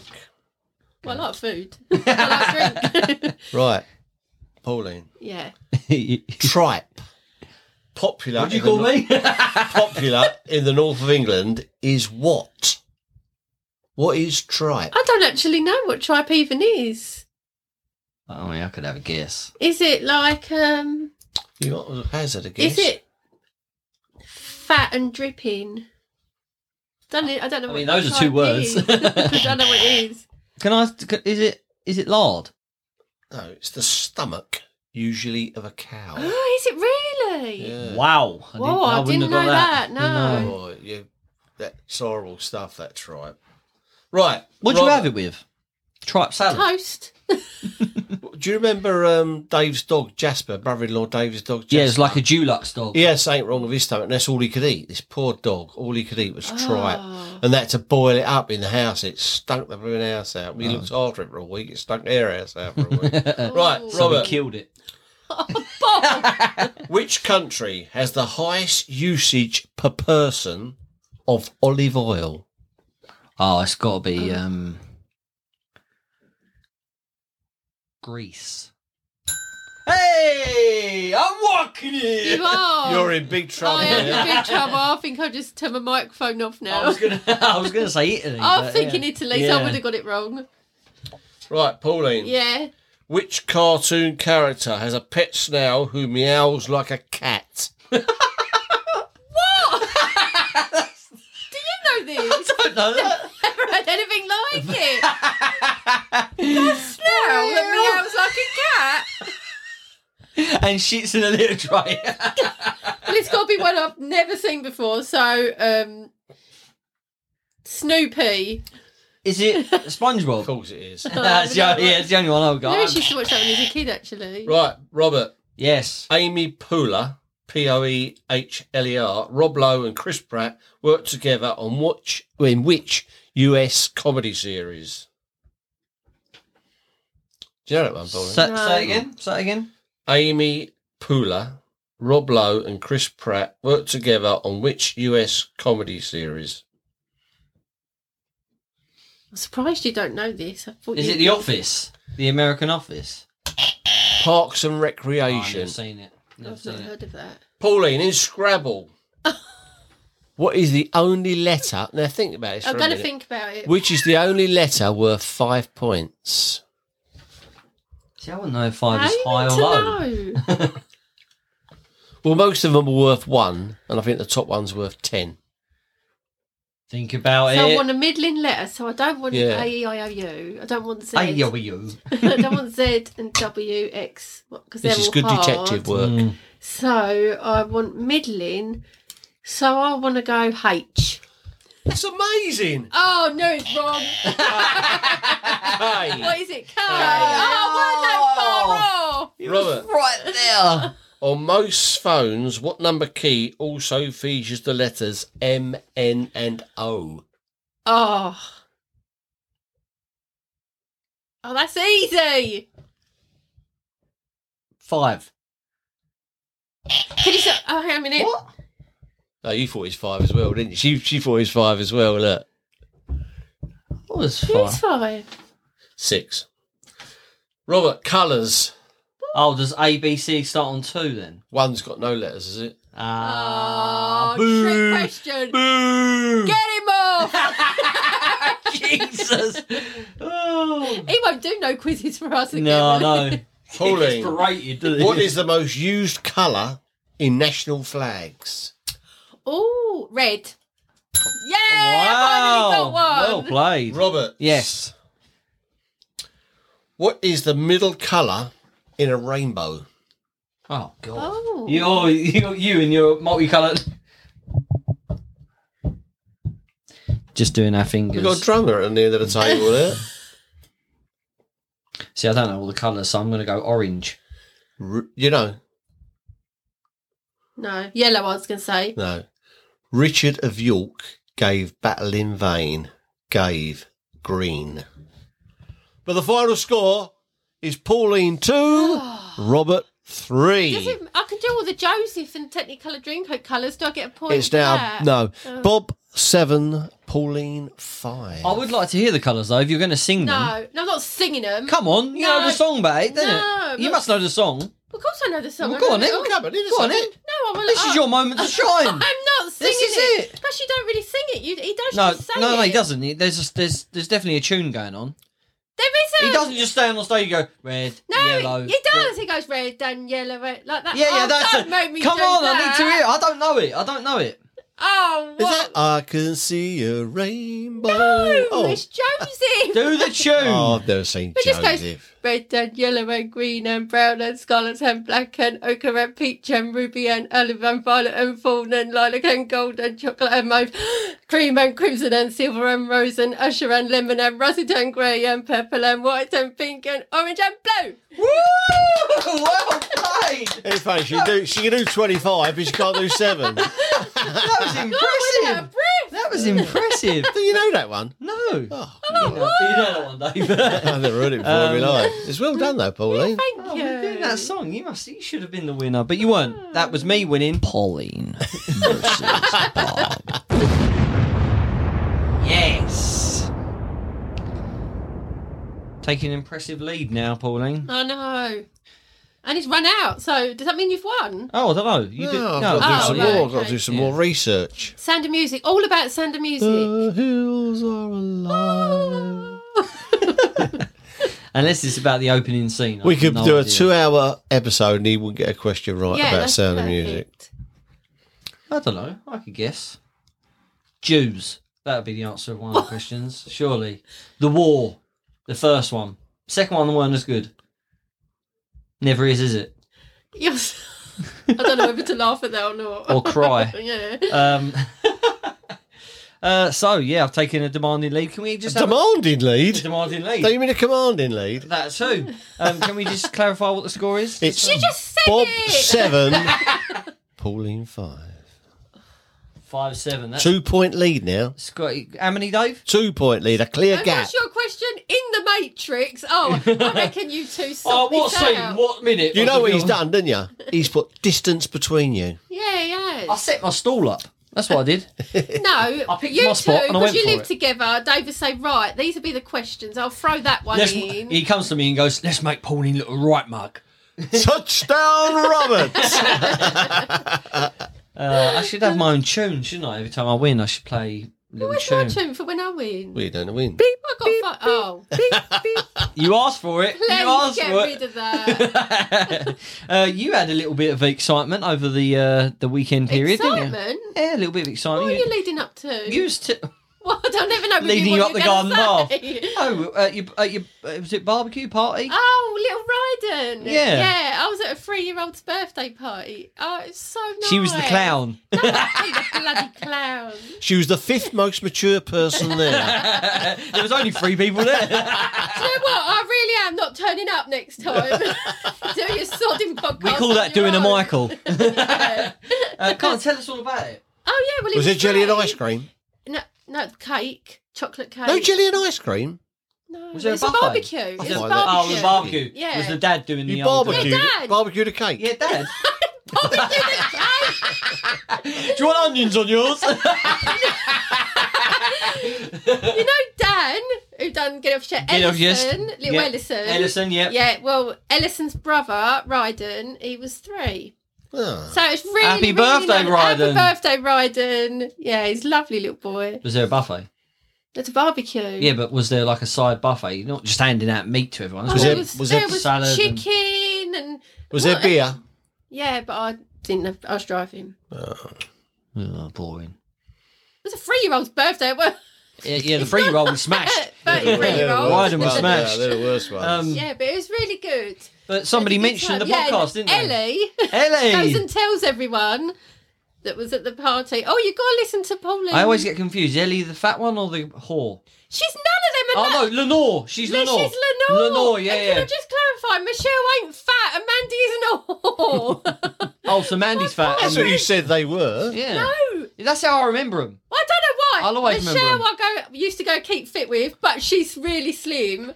Speaker 4: Well, I like food. I like drink.
Speaker 3: Right, Pauline.
Speaker 4: yeah.
Speaker 2: what
Speaker 3: Tripe. Popular.
Speaker 2: do you
Speaker 3: in the
Speaker 2: call
Speaker 3: nor-
Speaker 2: me?
Speaker 3: Popular in the north of England is what? What is tripe?
Speaker 4: I don't actually know what tripe even is.
Speaker 2: I mean, I could have a guess.
Speaker 4: Is it like, um,
Speaker 3: You might as well hazard a
Speaker 4: is
Speaker 3: guess.
Speaker 4: it fat and dripping? Don't, I don't know.
Speaker 2: I
Speaker 4: what
Speaker 2: mean, those are two
Speaker 4: tripe
Speaker 2: words.
Speaker 4: is. I don't know what it is.
Speaker 2: Can I? Is it? Is it lard?
Speaker 3: No, it's the stomach, usually of a cow.
Speaker 4: Oh, is it really?
Speaker 3: Yeah. Oh,
Speaker 2: Wow! I
Speaker 4: Whoa, I
Speaker 2: wouldn't
Speaker 4: didn't
Speaker 2: have got
Speaker 4: know that, no.
Speaker 3: Boy, you, that's horrible stuff, that tripe. Right.
Speaker 2: What'd you
Speaker 3: Robert,
Speaker 2: have it with? Tripe salad.
Speaker 4: Toast.
Speaker 3: Do you remember um, Dave's dog, Jasper, brother in law Dave's dog, Jasper?
Speaker 2: yeah, it's like a Dulux dog.
Speaker 3: He had something wrong with his stomach, and that's all he could eat. This poor dog, all he could eat was tripe.
Speaker 4: Oh.
Speaker 3: And that to boil it up in the house, it stunk the blooming house out.
Speaker 2: Ah.
Speaker 3: We looked after it for a week, it stunk their house out for a week.
Speaker 4: Oh.
Speaker 3: right,
Speaker 2: So we
Speaker 3: Robert,
Speaker 2: killed it.
Speaker 3: which country has the highest usage per person of olive oil?
Speaker 2: Oh, it's got to be um, Greece. Hey, I'm walking here.
Speaker 4: You are.
Speaker 3: You're in big trouble.
Speaker 4: I am
Speaker 3: here.
Speaker 4: in big trouble. I think I'll just turn my microphone off now.
Speaker 2: I was gonna, I was gonna say Italy.
Speaker 4: I was
Speaker 2: but
Speaker 4: thinking
Speaker 2: yeah.
Speaker 4: Italy, so I
Speaker 2: Yeah.
Speaker 4: would have got it wrong.
Speaker 3: Right, Pauline.
Speaker 4: Yeah.
Speaker 3: Which cartoon character has a pet snail who meows like a cat?
Speaker 4: Do you know this?
Speaker 2: I don't know that.
Speaker 4: Never had anything like it. That's now that meows like a cat.
Speaker 2: and shits in a litter tray.
Speaker 4: Well, it's got to be one I've never seen before. So, um, Snoopy.
Speaker 2: Is it SpongeBob?
Speaker 3: Of course it is.
Speaker 2: That's the, yeah, it's the only one I've
Speaker 4: I
Speaker 2: got.
Speaker 4: she used to watch that when I was a kid, actually.
Speaker 3: right, Robert.
Speaker 2: Yes.
Speaker 3: Amy Poehler, P O E H L E R, Rob Lowe and Chris Pratt worked together on which in which US comedy series? Do you know that one, Pauline?
Speaker 2: Say,
Speaker 4: No.
Speaker 2: say it again. Say it again.
Speaker 3: Amy Poehler, Rob Lowe and Chris Pratt worked together on which US comedy series?
Speaker 4: I'm surprised you don't know this. I thought
Speaker 2: Is
Speaker 4: you...
Speaker 2: it The Office? The American Office?
Speaker 3: Parks and
Speaker 2: Oh, I've
Speaker 3: Recreation.
Speaker 2: never seen it. Never
Speaker 4: I've not
Speaker 2: seen it.
Speaker 4: heard of that.
Speaker 3: Pauline in Scrabble. what is the only letter? Now think about this.
Speaker 4: I'm
Speaker 3: for a
Speaker 4: going to
Speaker 3: minute.
Speaker 4: think about it.
Speaker 3: Which is the only letter worth five points?
Speaker 2: See, I wouldn't know if I
Speaker 4: How
Speaker 2: was
Speaker 4: you
Speaker 2: high or low.
Speaker 4: want to know?
Speaker 3: Well, most of them are worth one, and I think the top one's worth ten.
Speaker 2: Think about
Speaker 4: So I
Speaker 2: it.
Speaker 4: want a middling letter, so I don't want
Speaker 3: Yeah.
Speaker 4: A E I O U. I don't want Z.
Speaker 2: Hey, yo, you.
Speaker 4: I don't want Z and W X because they're
Speaker 3: This is
Speaker 4: all
Speaker 3: good
Speaker 4: hard.
Speaker 3: detective work.
Speaker 2: Mm.
Speaker 4: So I want middling. So I want to go H.
Speaker 3: That's amazing.
Speaker 4: Oh no, it's wrong.
Speaker 3: Hey,
Speaker 4: what is it? K. Oh, we're that far off.
Speaker 3: Robert.
Speaker 2: Right there.
Speaker 3: On most phones, what number key also features the letters M, N, and O?
Speaker 4: Oh. Oh, that's easy.
Speaker 2: Five.
Speaker 4: Can you say, oh, hang on a minute.
Speaker 2: What?
Speaker 3: Oh, you thought it was five as well, didn't you? She, she thought it was five as well. Look,
Speaker 2: What was
Speaker 4: Who's
Speaker 2: five?
Speaker 4: five?
Speaker 3: six. Robert, colours.
Speaker 2: Oh, does ABC start on two then?
Speaker 3: One's got no letters, is it?
Speaker 2: Ah.
Speaker 4: Oh, trick Oh, question.
Speaker 2: Boo.
Speaker 4: Get him off!
Speaker 2: Jesus. Oh.
Speaker 4: He won't do no quizzes for us again.
Speaker 2: No,
Speaker 4: will
Speaker 2: no. He gets
Speaker 3: Pauline,
Speaker 2: berated, doesn't he?
Speaker 3: what is the most used colour in national flags?
Speaker 4: he? Oh, red. Yeah, I finally
Speaker 2: Wow.
Speaker 4: got one.
Speaker 2: Well played.
Speaker 3: Robert.
Speaker 2: Yes.
Speaker 3: What is the middle colour in a rainbow?
Speaker 2: Oh God.
Speaker 4: Oh.
Speaker 2: You, oh, you, you and your multicolored. Just doing our
Speaker 3: We've got a
Speaker 2: fingers.
Speaker 3: drummer at the end of the table there.
Speaker 2: See, I don't know all the colours, so I'm going to go orange.
Speaker 3: R- you know,
Speaker 4: No, yellow. I was gonna say.
Speaker 3: no. Richard of York gave battle in vain. Gave green. But the final score is Pauline two, Robert
Speaker 4: Does
Speaker 3: three.
Speaker 4: it, I can do all the Joseph and Technicolor Dreamcoat colours. Do I get a point?
Speaker 3: It's
Speaker 4: for
Speaker 3: now
Speaker 4: that?
Speaker 3: no.
Speaker 4: Oh.
Speaker 3: Bob seven, Pauline five.
Speaker 2: I would like to hear the colours though. If you're going to sing them,
Speaker 4: No, no, I'm not singing them.
Speaker 2: come on, you know
Speaker 4: No.
Speaker 2: the song, babe. don't
Speaker 4: No,
Speaker 2: it? you
Speaker 4: but-
Speaker 2: must know the song.
Speaker 4: Of course, I know the song.
Speaker 2: Well,
Speaker 4: I
Speaker 2: go
Speaker 4: know
Speaker 2: on,
Speaker 4: it
Speaker 2: then.
Speaker 4: all.
Speaker 3: Come on, in a
Speaker 2: Go on,
Speaker 3: second.
Speaker 2: it.
Speaker 4: No, I'm.
Speaker 2: This is your moment to shine.
Speaker 4: I'm not singing
Speaker 2: This is
Speaker 4: it.
Speaker 2: it.
Speaker 4: Plus, you don't really sing it. You, he does
Speaker 2: No,
Speaker 4: just say
Speaker 2: no, no,
Speaker 4: it.
Speaker 2: he doesn't. He- There's a, there's there's definitely a tune going on.
Speaker 4: There
Speaker 2: He
Speaker 4: isn't.
Speaker 2: doesn't just stand on stage and go red,
Speaker 4: No,
Speaker 2: yellow.
Speaker 4: he does. He goes red and yellow, red, like that.
Speaker 2: red." Yeah, yeah,
Speaker 4: oh,
Speaker 2: that's
Speaker 4: don't
Speaker 2: it.
Speaker 4: make me
Speaker 2: Come
Speaker 4: do
Speaker 2: on,
Speaker 4: that.
Speaker 2: I need to hear. it. I don't know it. I don't know it.
Speaker 4: Oh,
Speaker 3: Is
Speaker 4: what?
Speaker 3: that I can see a rainbow?
Speaker 4: No,
Speaker 3: oh,
Speaker 4: it's Joseph.
Speaker 2: Do the tune.
Speaker 3: Oh, I've never seen
Speaker 4: It just goes-
Speaker 3: Joseph.
Speaker 4: Red and yellow and green and brown and scarlet and black and ochre and peach and ruby and olive and violet and fawn and lilac and gold and chocolate and mauve, cream and crimson and silver and rose and usher and lemon and russet and grey and purple and white and pink and orange and blue.
Speaker 2: Woo! Well played.
Speaker 3: In fact, she, do, she can do 25, but she can't do 7. do
Speaker 2: That was
Speaker 4: Oh,
Speaker 2: impressive.
Speaker 4: breath.
Speaker 2: That was impressive.
Speaker 3: you know that one?
Speaker 2: No.
Speaker 3: Oh,
Speaker 2: You know, you know that one, Dave.
Speaker 3: I've never heard it before in my life. It's well done, though, Pauline.
Speaker 4: Thank
Speaker 2: Oh,
Speaker 4: you.
Speaker 2: we're doing that song. You must. You should have been the winner, but you weren't. That was me winning. Pauline versus Bob. Yes. Taking an impressive lead now, Pauline.
Speaker 4: I know. And it's run out, so does that mean you've won?
Speaker 2: Oh, I don't know. You
Speaker 3: No,
Speaker 2: did.
Speaker 3: I've
Speaker 2: No,
Speaker 3: got to do
Speaker 4: Oh,
Speaker 3: some
Speaker 4: right,
Speaker 3: more. I've got to
Speaker 4: okay.
Speaker 3: do some more research.
Speaker 4: Sound of Music, all about Sound of Music.
Speaker 3: The hills are alive.
Speaker 2: Unless it's about the opening scene. I
Speaker 3: We
Speaker 2: have
Speaker 3: could
Speaker 2: no
Speaker 3: do a
Speaker 2: idea.
Speaker 3: two-hour episode and he wouldn't get a question right about
Speaker 4: that's
Speaker 3: sound of
Speaker 4: perfect.
Speaker 3: music.
Speaker 2: I don't know. I could guess. Jews. That would be the answer of one of the questions, surely. The war. The first one. Second one weren't as good. Never is, is it?
Speaker 4: Yes. I don't know whether to laugh at that or not.
Speaker 2: Or cry.
Speaker 4: yeah.
Speaker 2: Um, uh, so, yeah, I've taken a demanding lead. Can we just have a
Speaker 3: Demanding lead?
Speaker 2: demanding
Speaker 3: Don't
Speaker 2: lead?
Speaker 3: you mean a commanding lead?
Speaker 2: That too. Um, can we just clarify what the score is?
Speaker 3: It's
Speaker 4: You just said
Speaker 3: Bob
Speaker 4: it.
Speaker 3: 7, Pauline 5.
Speaker 2: 5 7. That's
Speaker 3: Two-point lead now.
Speaker 2: it's got- How many, Dave?
Speaker 3: Two-point lead, a clear
Speaker 4: And
Speaker 3: gap.
Speaker 4: what's your question? In the Matrix. Oh, I reckon you two sort
Speaker 2: Oh, what
Speaker 4: this
Speaker 2: scene?
Speaker 4: out.
Speaker 2: What minute?
Speaker 3: You
Speaker 2: was
Speaker 3: know
Speaker 2: the
Speaker 3: what he's
Speaker 2: film?
Speaker 3: done, didn't you? He's put distance between you.
Speaker 4: Yeah, yeah.
Speaker 2: I set my stall up. That's what I did.
Speaker 4: No,
Speaker 2: I picked
Speaker 4: you
Speaker 2: my spot
Speaker 4: two,
Speaker 2: and I went
Speaker 4: because you
Speaker 2: for
Speaker 4: live
Speaker 2: it.
Speaker 4: together, David say, right, these will be the questions. I'll throw that one
Speaker 2: Let's-
Speaker 4: in.
Speaker 2: he comes to me and goes, "Let's make Pauline look a right mug."
Speaker 3: Touchdown, Roberts!
Speaker 2: Uh, I should have my own tune, shouldn't I? Every time I win, I should play a little
Speaker 4: Where's
Speaker 2: tune.
Speaker 4: my tune for when I win?
Speaker 3: we don't win.
Speaker 4: I got fi- Oh,
Speaker 2: You asked for it. you
Speaker 4: please
Speaker 2: asked
Speaker 4: get
Speaker 2: for
Speaker 4: rid of that.
Speaker 2: it. uh, you had a little bit of excitement over the uh, the weekend period, didn't
Speaker 4: Excitement?
Speaker 2: you? Yeah, a little bit of
Speaker 4: What
Speaker 2: excitement.
Speaker 4: are
Speaker 2: You-
Speaker 4: you leading up to?
Speaker 2: you was t-
Speaker 4: Well, I don't even know. really
Speaker 2: leading
Speaker 4: what
Speaker 2: you up the
Speaker 4: you're
Speaker 2: garden path.
Speaker 4: gonna say.
Speaker 2: Oh, uh, you, uh, you, uh, was it barbecue party?
Speaker 4: Oh, little Ryden.
Speaker 2: Yeah.
Speaker 4: Yeah, I was at a three-year-old's birthday party. Oh, it's so nice.
Speaker 2: She was the clown.
Speaker 4: No, I ain't a bloody clown.
Speaker 3: She was the fifth most mature person there.
Speaker 2: there was only three people there.
Speaker 4: Do you know what? I really am not turning up next time. Do your sodding podcast.
Speaker 2: We call
Speaker 4: on
Speaker 2: that
Speaker 4: your
Speaker 2: doing a
Speaker 4: own.
Speaker 2: Michael.
Speaker 4: Yeah.
Speaker 2: Uh, come on, tell us all about it.
Speaker 4: Oh yeah, well it
Speaker 3: Was
Speaker 4: was,
Speaker 3: it jelly and
Speaker 4: free.
Speaker 3: ice cream?
Speaker 4: No, no, cake, chocolate cake.
Speaker 3: No jelly and ice cream.
Speaker 4: No,
Speaker 2: Was there a
Speaker 4: it's
Speaker 2: buffet?
Speaker 4: barbecue. It's barbecue.
Speaker 3: thought that-
Speaker 2: Oh, the barbecue.
Speaker 4: Yeah.
Speaker 2: Was the dad doing the
Speaker 3: You
Speaker 2: old- uh,
Speaker 3: barbecued,
Speaker 4: Yeah, Dad.
Speaker 3: barbecued a cake.
Speaker 2: Yeah, dad.
Speaker 4: Barbecue the cake.
Speaker 2: Do you want onions on yours?
Speaker 4: You know Dan, who done Get Off Your Chest,
Speaker 2: Get Off Your Chest.
Speaker 4: Ellison, little
Speaker 2: Yeah.
Speaker 4: Ellison.
Speaker 2: Ellison, yep.
Speaker 4: Yeah, well, Ellison's brother, Ryden, he was three.
Speaker 3: Ah.
Speaker 4: So it's really
Speaker 2: Happy
Speaker 4: really
Speaker 2: birthday,
Speaker 4: nice.
Speaker 2: Ryden.
Speaker 4: Happy birthday, Ryden. Yeah, he's a lovely little boy.
Speaker 2: Was there a buffet?
Speaker 4: It's a barbecue.
Speaker 2: Yeah, but was there like a side buffet? You're not just handing out meat to everyone.
Speaker 4: Oh,
Speaker 2: Was
Speaker 3: Was
Speaker 4: there
Speaker 3: it-
Speaker 2: it?
Speaker 4: was,
Speaker 3: was
Speaker 4: there
Speaker 3: it
Speaker 4: was
Speaker 2: salad and-
Speaker 4: chicken and
Speaker 3: Was there
Speaker 4: What?
Speaker 3: beer?
Speaker 4: yeah, but I didn't. Have, I was driving.
Speaker 2: Oh, boring.
Speaker 4: It was a three-year-old's birthday. It was
Speaker 2: Yeah, yeah the three year old was smashed. Yeah,
Speaker 4: Thirty-three-year-old.
Speaker 2: Wide and
Speaker 3: Yeah,
Speaker 2: smashed.
Speaker 3: They're the worst ones.
Speaker 2: Um,
Speaker 4: Yeah, but it was really good.
Speaker 2: But somebody
Speaker 4: It was a good
Speaker 2: mentioned the
Speaker 4: time. Yeah, and
Speaker 2: podcast, didn't they?
Speaker 4: Ellie goes
Speaker 2: Ellie!
Speaker 4: and tells everyone that was at the party. Oh, you got to listen to Pauline.
Speaker 2: I always get confused. Ellie, the fat one or the whore?
Speaker 4: She's none of them.
Speaker 2: Oh no, Lenore. She's
Speaker 4: She's
Speaker 2: Lenore.
Speaker 4: Lenore.
Speaker 2: Lenore, yeah,
Speaker 4: and
Speaker 2: yeah.
Speaker 4: Can I just clarify? Michelle ain't fat, and Mandy isn't a whore.
Speaker 2: Oh, so Mandy's fat.
Speaker 3: That's what you said they were.
Speaker 2: yeah.
Speaker 4: no,
Speaker 2: That's how I remember him.
Speaker 4: I don't know why.
Speaker 2: I'll always
Speaker 4: Michelle,
Speaker 2: remember
Speaker 4: I go used to go keep fit with, but she's really slim.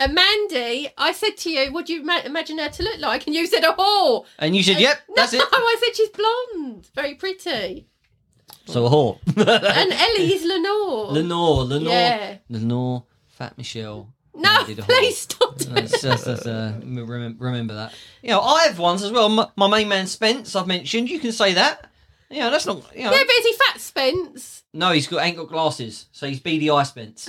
Speaker 4: And Mandy, I said to you, what do you ma- imagine her to look like? And you said a whore.
Speaker 2: And you said, yep, that's
Speaker 4: no,
Speaker 2: it.
Speaker 4: I said she's blonde, very pretty.
Speaker 2: So a whore.
Speaker 4: And Ellie is Lenore.
Speaker 2: Lenore, Lenore.
Speaker 4: Yeah.
Speaker 2: Lenore, fat Michelle.
Speaker 4: no,
Speaker 2: Mandy the whore.
Speaker 4: please stop. it.
Speaker 2: That's, that's, that's, uh, m- remem- remember that. You know, I have ones as well. My, my main man Spence, I've mentioned. You can say that. You know, that's not. You know,
Speaker 4: Yeah, but is he fat, Spence?
Speaker 2: No, he's got ain't got glasses, so he's beady eye Spence.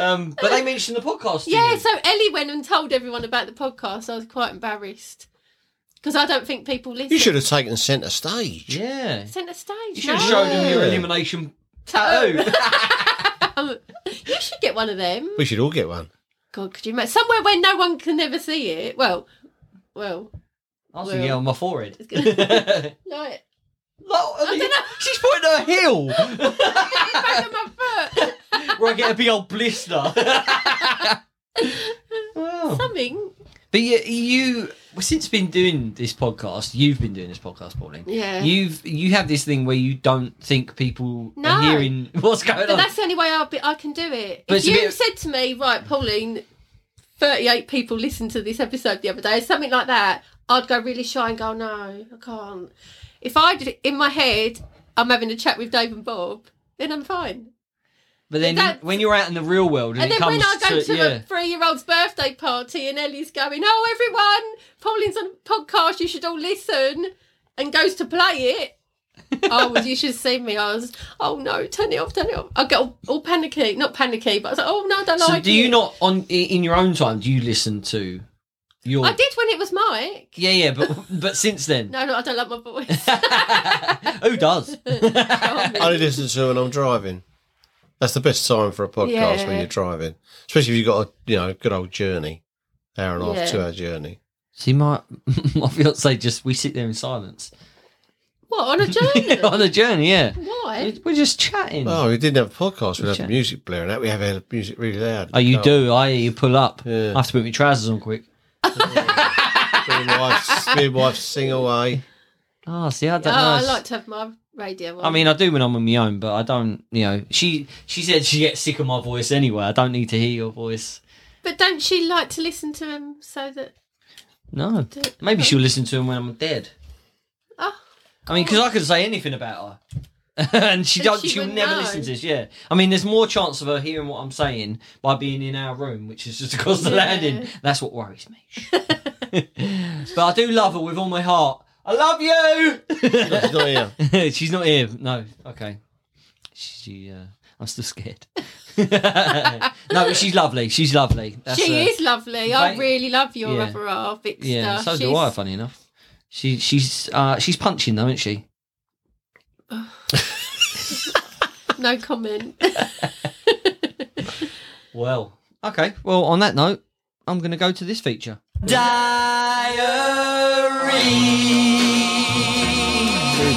Speaker 2: um, but they mentioned the podcast. to
Speaker 4: Yeah,
Speaker 2: you.
Speaker 4: so Ellie went and told everyone about the podcast. I was quite embarrassed because I don't think people listen.
Speaker 3: You should have taken centre stage.
Speaker 2: yeah.
Speaker 4: sent a stage.
Speaker 2: You should have
Speaker 4: no.
Speaker 2: showed him your elimination tattoo.
Speaker 4: You should get one of them.
Speaker 3: We should all get one.
Speaker 4: God, could you imagine somewhere where no one can ever see it? Well, well,
Speaker 2: I was thinking
Speaker 4: Well.
Speaker 2: on my forehead.
Speaker 4: It's
Speaker 2: Look,
Speaker 4: like
Speaker 2: I
Speaker 4: dunno.
Speaker 2: She's pointing her heel.
Speaker 4: back of my foot,
Speaker 2: Where I get a big old blister. wow.
Speaker 4: something.
Speaker 2: But you, you well, since been doing this podcast, you've been doing this podcast, Pauline.
Speaker 4: Yeah.
Speaker 2: You've you have this thing where you don't think people
Speaker 4: No.
Speaker 2: are hearing what's going
Speaker 4: But
Speaker 2: on.
Speaker 4: that's the only way I'll be, I can do it.
Speaker 2: But
Speaker 4: if
Speaker 2: it's a
Speaker 4: you
Speaker 2: bit-
Speaker 4: said to me, right, Pauline, thirty-eight people listened to this episode the other day, something like that, I'd go really shy and go, no, I can't. If I did it in my head, I'm having a chat with Dave and Bob, then I'm fine.
Speaker 2: But then
Speaker 4: That's-
Speaker 2: when you're out in the real world and,
Speaker 4: And
Speaker 2: it
Speaker 4: then
Speaker 2: comes
Speaker 4: when I go to,
Speaker 2: to, yeah,
Speaker 4: a three-year-old's birthday party and Ellie's going, "Oh, everyone, Pauline's on a podcast. You should all listen," and goes to play it. oh, well, you should see me. I was, oh no, turn it off, turn it off. I get all, all panicky, not panicky, but I was like, oh no, I don't
Speaker 2: so
Speaker 4: like
Speaker 2: do you
Speaker 4: it."
Speaker 2: not on i- in your own time do you listen to your
Speaker 4: I did when it was Mike.
Speaker 2: yeah yeah but but since then
Speaker 4: No, no, I don't like my voice.
Speaker 2: who does
Speaker 3: I only listen to when I'm driving. That's the best time for a podcast
Speaker 4: Yeah.
Speaker 3: when you're driving, especially if you've got a you know good old journey, hour and a half,
Speaker 4: Yeah.
Speaker 3: two hour journey.
Speaker 2: see my my fiance just we sit there in silence
Speaker 4: what on a journey?
Speaker 2: on a journey yeah
Speaker 4: Why?
Speaker 2: We- we're just chatting
Speaker 3: Oh, we didn't have a podcast. We'd have
Speaker 2: Sure.
Speaker 3: music blaring out. We have our music really loud.
Speaker 2: oh you
Speaker 3: Can't
Speaker 2: do I you pull up
Speaker 3: Yeah.
Speaker 2: I have to put my trousers on quick
Speaker 3: be in wife- be in wife sing away.
Speaker 2: oh see I
Speaker 4: Oh,
Speaker 2: don't know
Speaker 4: I
Speaker 2: It's-
Speaker 4: like to have my radio on.
Speaker 2: I mean, I do when I'm on my own, but I don't, you know. She she said she gets sick of my voice anyway. I don't need to hear your voice.
Speaker 4: but don't she like to listen to him so that?
Speaker 2: No. Maybe she'll listen to him when I'm dead.
Speaker 4: Oh.
Speaker 2: I mean, because I could say anything about her, and she
Speaker 4: And
Speaker 2: don't.
Speaker 4: she
Speaker 2: She will
Speaker 4: would
Speaker 2: never
Speaker 4: know.
Speaker 2: listen to this. Yeah. I mean, there's more chance of her hearing what I'm saying by being in our room, which is just across the
Speaker 4: Yeah.
Speaker 2: landing. That's what worries me. but I do love her with all my heart. I love you.
Speaker 3: It's not here.
Speaker 2: She's not here. No. Okay. She. Uh, I'm still scared. no, but she's lovely. She's lovely. That's,
Speaker 4: she
Speaker 2: uh,
Speaker 4: is lovely. I
Speaker 2: they-
Speaker 4: really love your
Speaker 2: Yeah.
Speaker 4: other half. It's
Speaker 2: Yeah.
Speaker 4: stuff.
Speaker 2: So do
Speaker 4: She's-
Speaker 2: I. Funny enough. She. She's. Uh, she's punching though, isn't she?
Speaker 4: No comment.
Speaker 2: Well. Okay. Well, on that note, I'm going to go to this feature. Diary.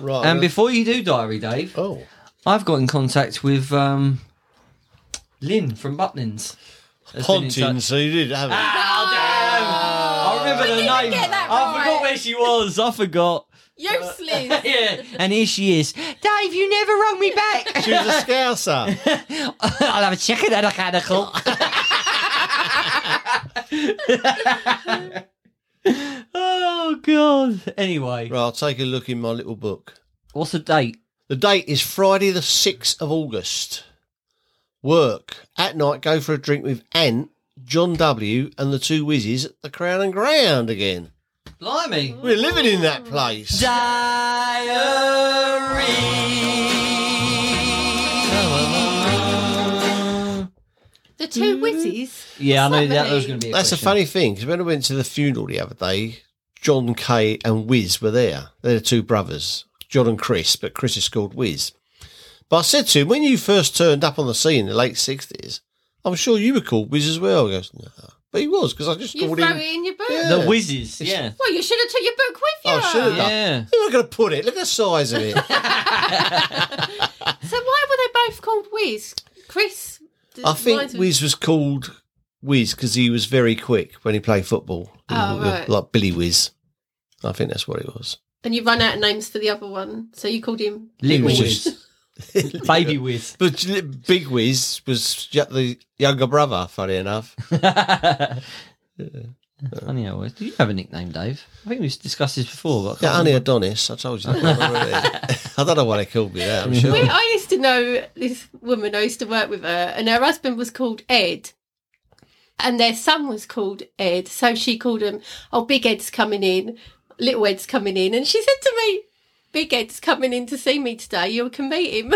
Speaker 3: Right.
Speaker 2: And
Speaker 3: And
Speaker 2: before you do, Diary Dave,
Speaker 3: oh,
Speaker 2: I've got in contact with um, Lynn from Butlins. Has been in
Speaker 3: haunting.
Speaker 2: touch.
Speaker 3: So you did have it.
Speaker 2: I remember the
Speaker 4: didn't
Speaker 2: name.
Speaker 4: get that
Speaker 2: I
Speaker 4: right.
Speaker 2: forgot where she was. I forgot.
Speaker 4: Useless.
Speaker 2: Yeah. And here she is. Dave, you never rung me back.
Speaker 3: She was a scouser.
Speaker 2: I'll have a chicken and a can of coke. oh god. Anyway,
Speaker 3: right, I'll take a look in my little book.
Speaker 2: what's the date?
Speaker 3: The date is Friday, the 6th of August. Work. At night, go for a drink with Ant, John W., and the two whizzes at the Crown and Ground again.
Speaker 2: Blimey.
Speaker 3: We're living in that place.
Speaker 2: Diary.
Speaker 4: two
Speaker 3: Mm-hmm.
Speaker 4: witties.
Speaker 2: Yeah, I know that,
Speaker 4: Somebody-
Speaker 2: was going to be. A
Speaker 3: That's a
Speaker 2: question.
Speaker 3: funny thing because when I went to the funeral the other day, John Kay and Wiz were there. They're the two brothers, John and Chris, but Chris is called Wiz. But I said to him, when you first turned up on the scene in the late 60s, I'm sure you were called Wiz as well. He goes, no. But he was because I just
Speaker 4: You
Speaker 3: called
Speaker 4: throw
Speaker 3: him.
Speaker 4: it in your book.
Speaker 3: Yeah.
Speaker 2: The whizzes. Yeah.
Speaker 4: Well, you should have took your book with you.
Speaker 3: Oh, should have done.
Speaker 2: Yeah.
Speaker 3: Who am I going to put it? Look at the size of it.
Speaker 4: So why were they both called Whiz? Chris. d-
Speaker 3: I
Speaker 4: reminds
Speaker 3: think
Speaker 4: me-
Speaker 3: Wiz was called Wiz because he was very quick when he played football.
Speaker 4: Oh, right.
Speaker 3: Like Billy Wiz. I think that's what it was.
Speaker 4: And you run out of names for the other one, so you called him.
Speaker 2: Little
Speaker 3: Whiz.
Speaker 2: whiz. Baby whiz.
Speaker 3: But li- Big Wiz was ju- the younger brother, funny enough.
Speaker 2: Funny how it was. Do you have a nickname, Dave? I think we've discussed this before. But I
Speaker 3: Yeah,
Speaker 2: can't
Speaker 3: only Adonis. I told you that. already. I don't know why they called me that, I'm
Speaker 4: Wait,
Speaker 3: sure.
Speaker 4: I used to know this woman. I used to work with her, and her husband was called Ed, and their son was called Ed. So she called him, "Oh, Big Ed's coming in, Little Ed's coming in," and she said to me. Big Ed's coming in to see me today. You can meet him. he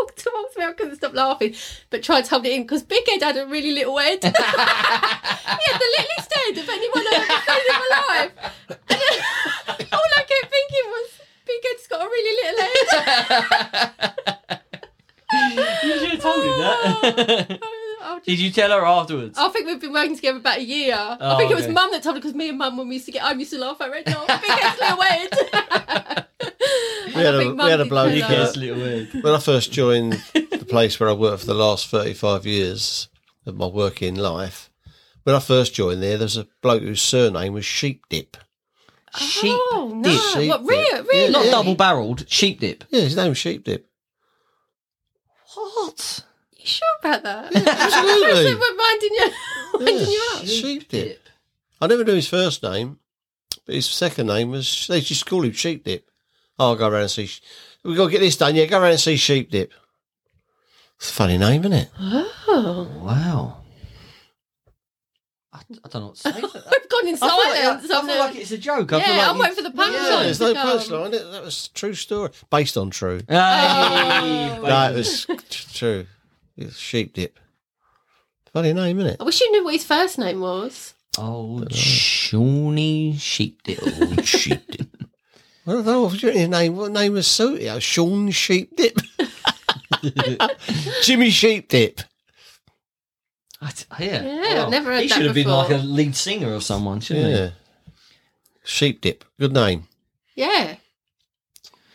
Speaker 4: walked towards me. I couldn't stop laughing, but tried to hold it in because Big Ed had a really little head. he had the littlest head of anyone I've ever seen in my life. And then, all I kept thinking was, Big Ed's got a really little head.
Speaker 2: You should have told him that.
Speaker 4: I
Speaker 2: Did you tell her afterwards?
Speaker 4: I think we've been working together about a year.
Speaker 2: Oh,
Speaker 4: I think it was
Speaker 2: okay.
Speaker 4: mum that told her because me and mum, when we used to get home, used to laugh at Red Dog. Big head's little head.
Speaker 3: We had a- we had a bloke,
Speaker 2: Big
Speaker 3: uh,
Speaker 2: ass little head.
Speaker 3: When I first joined the place where I worked for the last 35 years of my working life, when I first joined there, there was a bloke whose surname was Sheepdip.
Speaker 2: Sheep.
Speaker 4: Oh, no.
Speaker 3: Sheep
Speaker 4: what, really?
Speaker 3: dip.
Speaker 4: really?
Speaker 2: Not
Speaker 3: Yeah.
Speaker 2: double barreled, sheep dip.
Speaker 3: Yeah, his name was Sheepdip.
Speaker 2: What?
Speaker 4: You sure about that? That's
Speaker 3: Absolutely.
Speaker 4: it, we're minding you,
Speaker 3: Yeah,
Speaker 4: winding you up.
Speaker 3: Sheepdip. I never knew his first name, but his second name was. They just call him Sheep Dip. Oh, I'll go around and see. Sh- we got to get this done. Yeah, go around and see Sheep Dip. It's a funny name, isn't it?
Speaker 4: Oh.
Speaker 2: Wow. I, I don't know what to say. to that.
Speaker 4: We've gone in
Speaker 2: I feel like-
Speaker 4: silence.
Speaker 2: I
Speaker 4: I'm
Speaker 2: feel
Speaker 4: not-
Speaker 2: like it's a joke. I feel
Speaker 4: yeah,
Speaker 2: like
Speaker 4: I'm
Speaker 2: you-
Speaker 4: waiting for the punchline.
Speaker 3: Yeah, there's
Speaker 4: to
Speaker 3: no
Speaker 4: come.
Speaker 3: punchline. It that was a true story, based on true.
Speaker 2: Hey,
Speaker 4: Oh.
Speaker 3: No, it was t- true. It's Sheep Dip. Funny name, isn't it?
Speaker 4: I wish you knew what his first name was.
Speaker 2: Old Shawnee Sheepdip.
Speaker 3: Old Sheep Dip. I don't know. What's your name? What name was suited? Oh, Sean Sheep Dip. Jimmy Sheep Dip.
Speaker 2: I t- yeah,
Speaker 4: Yeah, I've never heard
Speaker 2: He
Speaker 4: that
Speaker 2: should have been
Speaker 4: before.
Speaker 2: like a lead singer or someone, shouldn't
Speaker 3: Yeah. Sheep Dip. Good name.
Speaker 4: Yeah.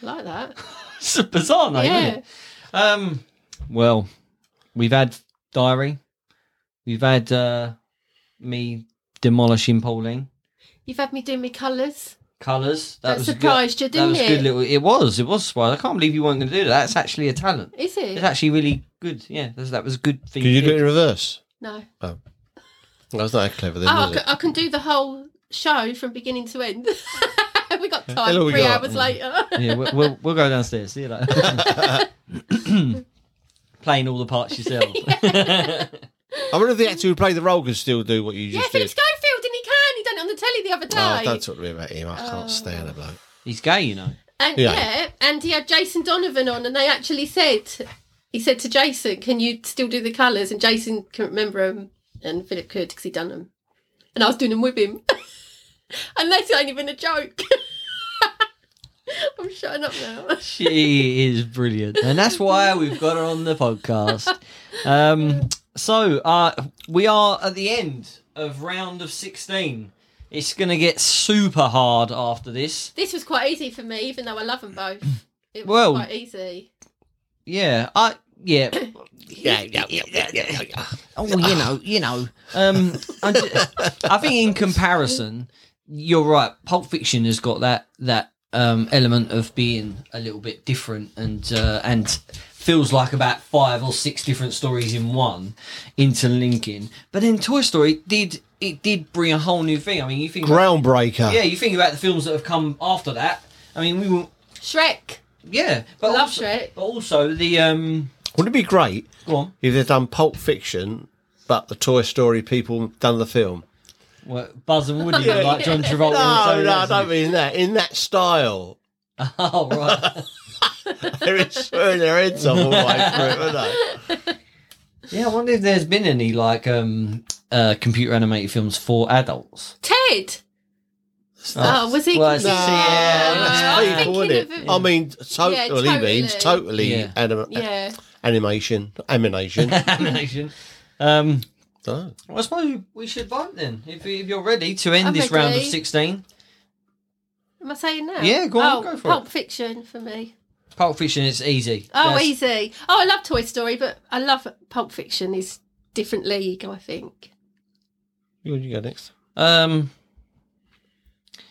Speaker 4: Like that.
Speaker 2: he? It's a bizarre name,
Speaker 4: yeah.
Speaker 2: isn't it? Um, well, we've had diary. We've had uh, me demolishing Pauline.
Speaker 4: You've had me doing me colours.
Speaker 2: Colours. That,
Speaker 4: That,
Speaker 2: was a
Speaker 4: surprised
Speaker 2: good,
Speaker 4: you, didn't
Speaker 2: That was
Speaker 4: it?
Speaker 2: good little. It was. It was. Well, I can't believe you weren't going to do that. That's actually a talent.
Speaker 4: Is it?
Speaker 2: It's actually really good. Yeah, that's, that was a good thing.
Speaker 3: Could you
Speaker 2: did.
Speaker 3: do it in reverse?
Speaker 4: no.
Speaker 3: That was not that clever then,
Speaker 4: Oh, I
Speaker 3: was
Speaker 4: can,
Speaker 3: it?
Speaker 4: I can do the whole show from beginning to end. we got time
Speaker 3: Hello, we
Speaker 4: three
Speaker 3: got-
Speaker 4: hours later.
Speaker 2: yeah, we'll, we'll, we'll go downstairs. See you later. Playing all the parts yourself.
Speaker 3: I wonder if the actor who played the role could still do what you
Speaker 4: yeah,
Speaker 3: just
Speaker 4: Philip
Speaker 3: did.
Speaker 4: Schofield, and he can. He done it on the telly the other
Speaker 3: Oh,
Speaker 4: day.
Speaker 3: don't talk to me about him. I can't stand that bloke.
Speaker 2: He's gay, you know.
Speaker 4: and
Speaker 3: Yeah.
Speaker 4: yeah. and he had Jason Donovan on, and they actually said, he said to Jason, "Can you still do the colours?" And Jason couldn't remember them, and Philip could because he done them, and I was doing them with him. and that's ain't even a joke. I'm shutting up now.
Speaker 2: She is brilliant, and that's why we've got her on the podcast. Um, so uh, we are at the end of round of sixteen. It's gonna get super hard after this.
Speaker 4: This was quite easy for me, even though I love them both. It was
Speaker 2: Well-
Speaker 4: quite easy.
Speaker 2: Yeah, I yeah.
Speaker 3: Yeah, yeah, yeah, yeah, yeah, yeah.
Speaker 2: Oh, you know, you know. Um, I, ju- I think in comparison, you're right. Pulp Fiction has got that that um, element of being a little bit different and uh, and feels like about five or six different stories in one interlinking. But then Toy Story did it did bring a whole new thing. I mean, you think
Speaker 3: Groundbreaker.
Speaker 2: yeah, you think about the films that have come after that. I mean, we were
Speaker 4: Shrek.
Speaker 2: yeah, but
Speaker 4: Love
Speaker 2: also,
Speaker 4: Shrek.
Speaker 2: but also the um.
Speaker 3: Wouldn't it be great
Speaker 2: Go on.
Speaker 3: if they'd done Pulp Fiction, but the Toy Story people done the film?
Speaker 2: Well, Buzz and Woody were like John Travolta.
Speaker 3: No,
Speaker 2: and Tony
Speaker 3: no, I
Speaker 2: Danza.
Speaker 3: don't mean that. In that style.
Speaker 2: Oh right.
Speaker 3: They're just swearing their heads off all the way through, aren't they?
Speaker 2: Yeah, I wonder if there's been any like um uh computer animated films for adults.
Speaker 4: Ted. Oh, was he?
Speaker 2: Well, it's-
Speaker 3: No,
Speaker 2: yeah,
Speaker 4: I'm
Speaker 3: that's people,
Speaker 4: thinking
Speaker 3: isn't
Speaker 4: of
Speaker 3: it?
Speaker 4: a-
Speaker 3: I mean, totally,
Speaker 4: totally.
Speaker 3: means totally
Speaker 2: Yeah.
Speaker 3: anim-
Speaker 4: Yeah.
Speaker 3: animation, animation.
Speaker 2: animation. Um,
Speaker 3: Oh.
Speaker 2: well, I suppose we should vote then if, if you're ready to end
Speaker 4: I'm
Speaker 2: this round of
Speaker 4: ready.
Speaker 2: sixteen.
Speaker 4: Am I saying that?
Speaker 2: Yeah, go on,
Speaker 4: Oh,
Speaker 2: go for
Speaker 4: Pulp Fiction for me.
Speaker 2: Pulp Fiction is easy.
Speaker 4: Oh,
Speaker 2: That's-
Speaker 4: easy. Oh, I love Toy Story, but I love Pulp Fiction is different league. I think.
Speaker 3: You you go next.
Speaker 2: Um,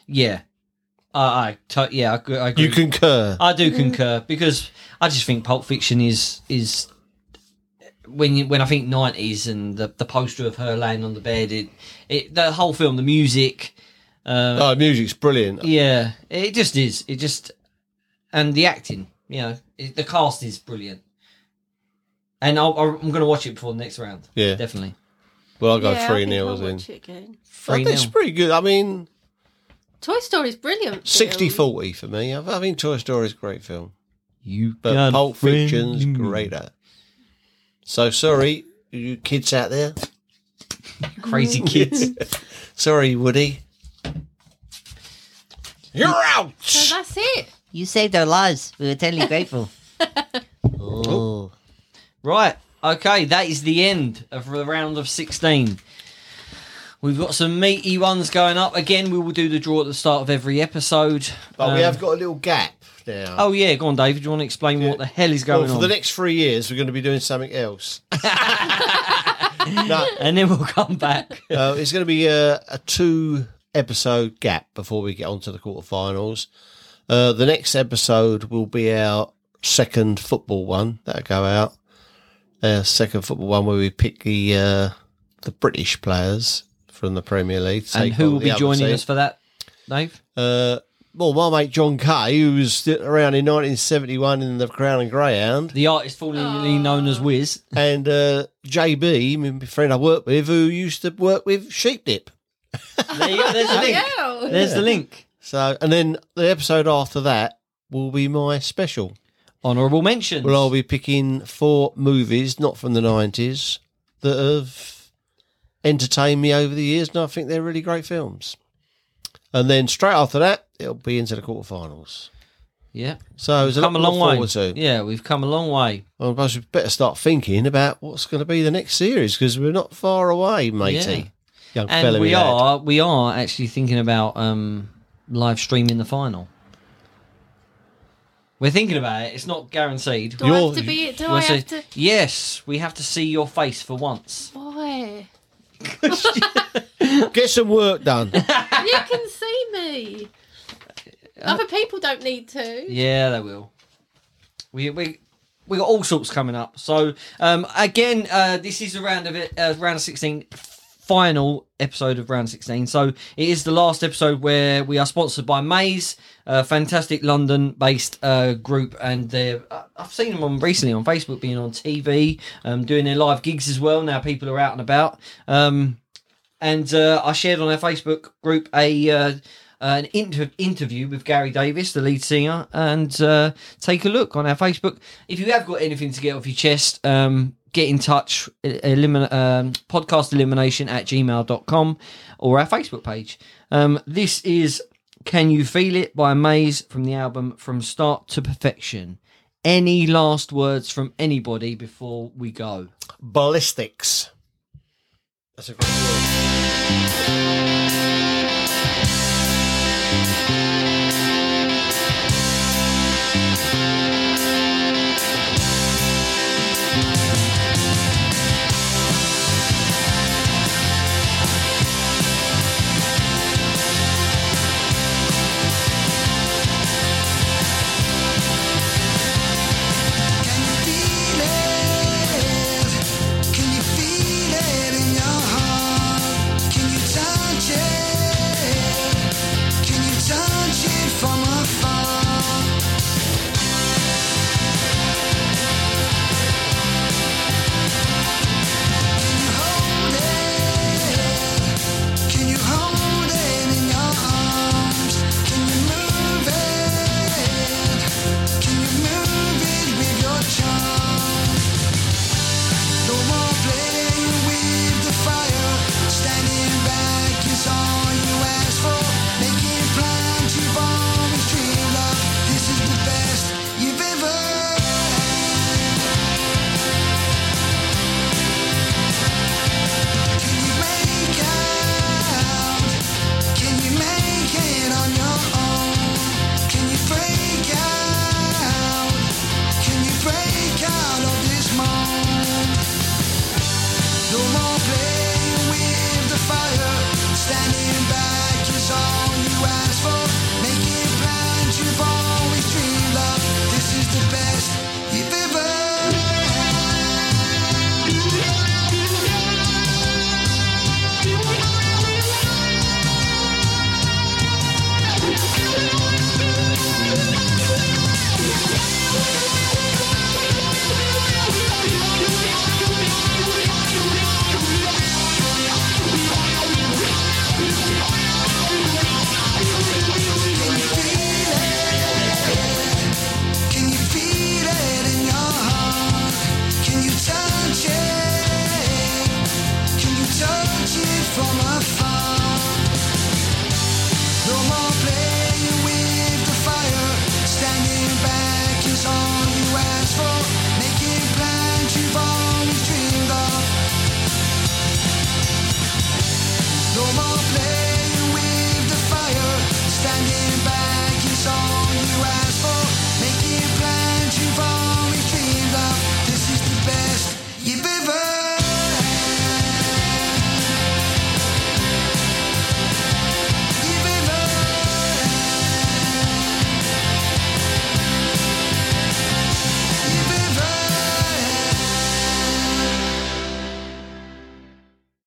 Speaker 2: yeah, I, I to- yeah, I, gr- I agree.
Speaker 3: You concur.
Speaker 2: I do concur because I just think Pulp Fiction is is when you, when I think nineties and the, the poster of her laying on the bed, it it the whole film, the music, uh,
Speaker 3: Oh, music's brilliant.
Speaker 2: yeah, it just is. It just and the acting, you know, it, the cast is brilliant. And I'll, I'll- I'm going to watch it before the next round.
Speaker 3: Yeah.
Speaker 2: definitely.
Speaker 3: Well, I go
Speaker 4: yeah,
Speaker 3: three
Speaker 4: I think I'll
Speaker 3: nils in.
Speaker 4: watch it again.
Speaker 2: Three
Speaker 3: I think it's
Speaker 2: nil.
Speaker 3: pretty good. I mean,
Speaker 4: Toy Story is brilliant.
Speaker 3: 60
Speaker 4: film.
Speaker 3: 40 for me. I, I think Toy Story is a great film,
Speaker 2: You
Speaker 3: but
Speaker 2: can't
Speaker 3: Pulp
Speaker 2: friend
Speaker 3: Fiction's
Speaker 2: me.
Speaker 3: greater. So sorry, you kids out there.
Speaker 2: Crazy kids.
Speaker 3: Sorry, Woody. You're out.
Speaker 4: So that's it.
Speaker 1: You saved our lives. We were totally grateful. oh.
Speaker 2: Right. Okay, that is the end of the round of 16. We've got some meaty ones going up. Again, we will do the draw at the start of every episode.
Speaker 3: But
Speaker 2: Um,
Speaker 3: we have got a little gap now.
Speaker 2: Oh, yeah, go on, Dave. Do you want to explain what the hell is going
Speaker 3: Well, for
Speaker 2: on?
Speaker 3: the next three years, we're going to be doing something else. no,
Speaker 2: and then we'll come back.
Speaker 3: uh, it's going to be a, a two episode gap before we get on to the quarterfinals. Uh, the next episode will be our second football one that'll go out. Our second football one where we pick the uh, the British players from the Premier League. to
Speaker 2: and
Speaker 3: take
Speaker 2: who
Speaker 3: on
Speaker 2: will
Speaker 3: the
Speaker 2: be
Speaker 3: other
Speaker 2: joining
Speaker 3: team.
Speaker 2: us for that, Dave?
Speaker 3: Uh, well, my mate John Kay, who was still around in 1971 in the Crown and Greyhound,
Speaker 2: The artist formerly known as Wiz.
Speaker 3: and uh, JB, my friend I work with, who used to work with Sheep Dip.
Speaker 2: There you go, there's the link.
Speaker 4: Yeah.
Speaker 2: There's the link.
Speaker 3: So, and then the episode after that will be my special.
Speaker 2: Honourable mentions.
Speaker 3: Well, I'll be picking four movies, not from the nineties, that have entertained me over the years, and I think they're really great films. And then straight after that, it'll be into the quarterfinals.
Speaker 2: yeah,
Speaker 3: So it's a
Speaker 2: come a
Speaker 3: lot to look
Speaker 2: long way.
Speaker 3: forward to.
Speaker 2: Yeah, we've come a long way.
Speaker 3: Well, I should better start thinking about what's going to be the next series because we're not far away,
Speaker 2: Yeah.
Speaker 3: matey. Young
Speaker 2: and
Speaker 3: fella
Speaker 2: we
Speaker 3: had.
Speaker 2: are we are actually thinking about um live streaming the final we're thinking about it it's not guaranteed
Speaker 4: Do I have to be? Do
Speaker 2: We'll
Speaker 4: I
Speaker 2: see-
Speaker 4: have to?
Speaker 2: yes we have to see your face for once
Speaker 4: Why?
Speaker 3: Get some work done.
Speaker 4: You can see me.
Speaker 2: Uh,
Speaker 4: Other people don't need to.
Speaker 2: yeah they will we we we got all sorts coming up so um again uh this is the round of it uh, round of 16 final episode of round 16 so it is the last episode where we are sponsored by maze a fantastic london based uh, group and they're I- i've seen them on recently on facebook being on tv um, doing their live gigs as well now people are out and about um, and uh, i shared on our facebook group a uh, an inter- interview with Gary Davis, the lead singer, and uh, take a look on our Facebook. If you have got anything to get off your chest, um, get in touch, elimin- um, podcastelimination at gmail.com or our Facebook page. Um, this is Can You Feel It by Maze from the album From Start to Perfection. Any last words from anybody before we go?
Speaker 3: ballistics. That's a great word.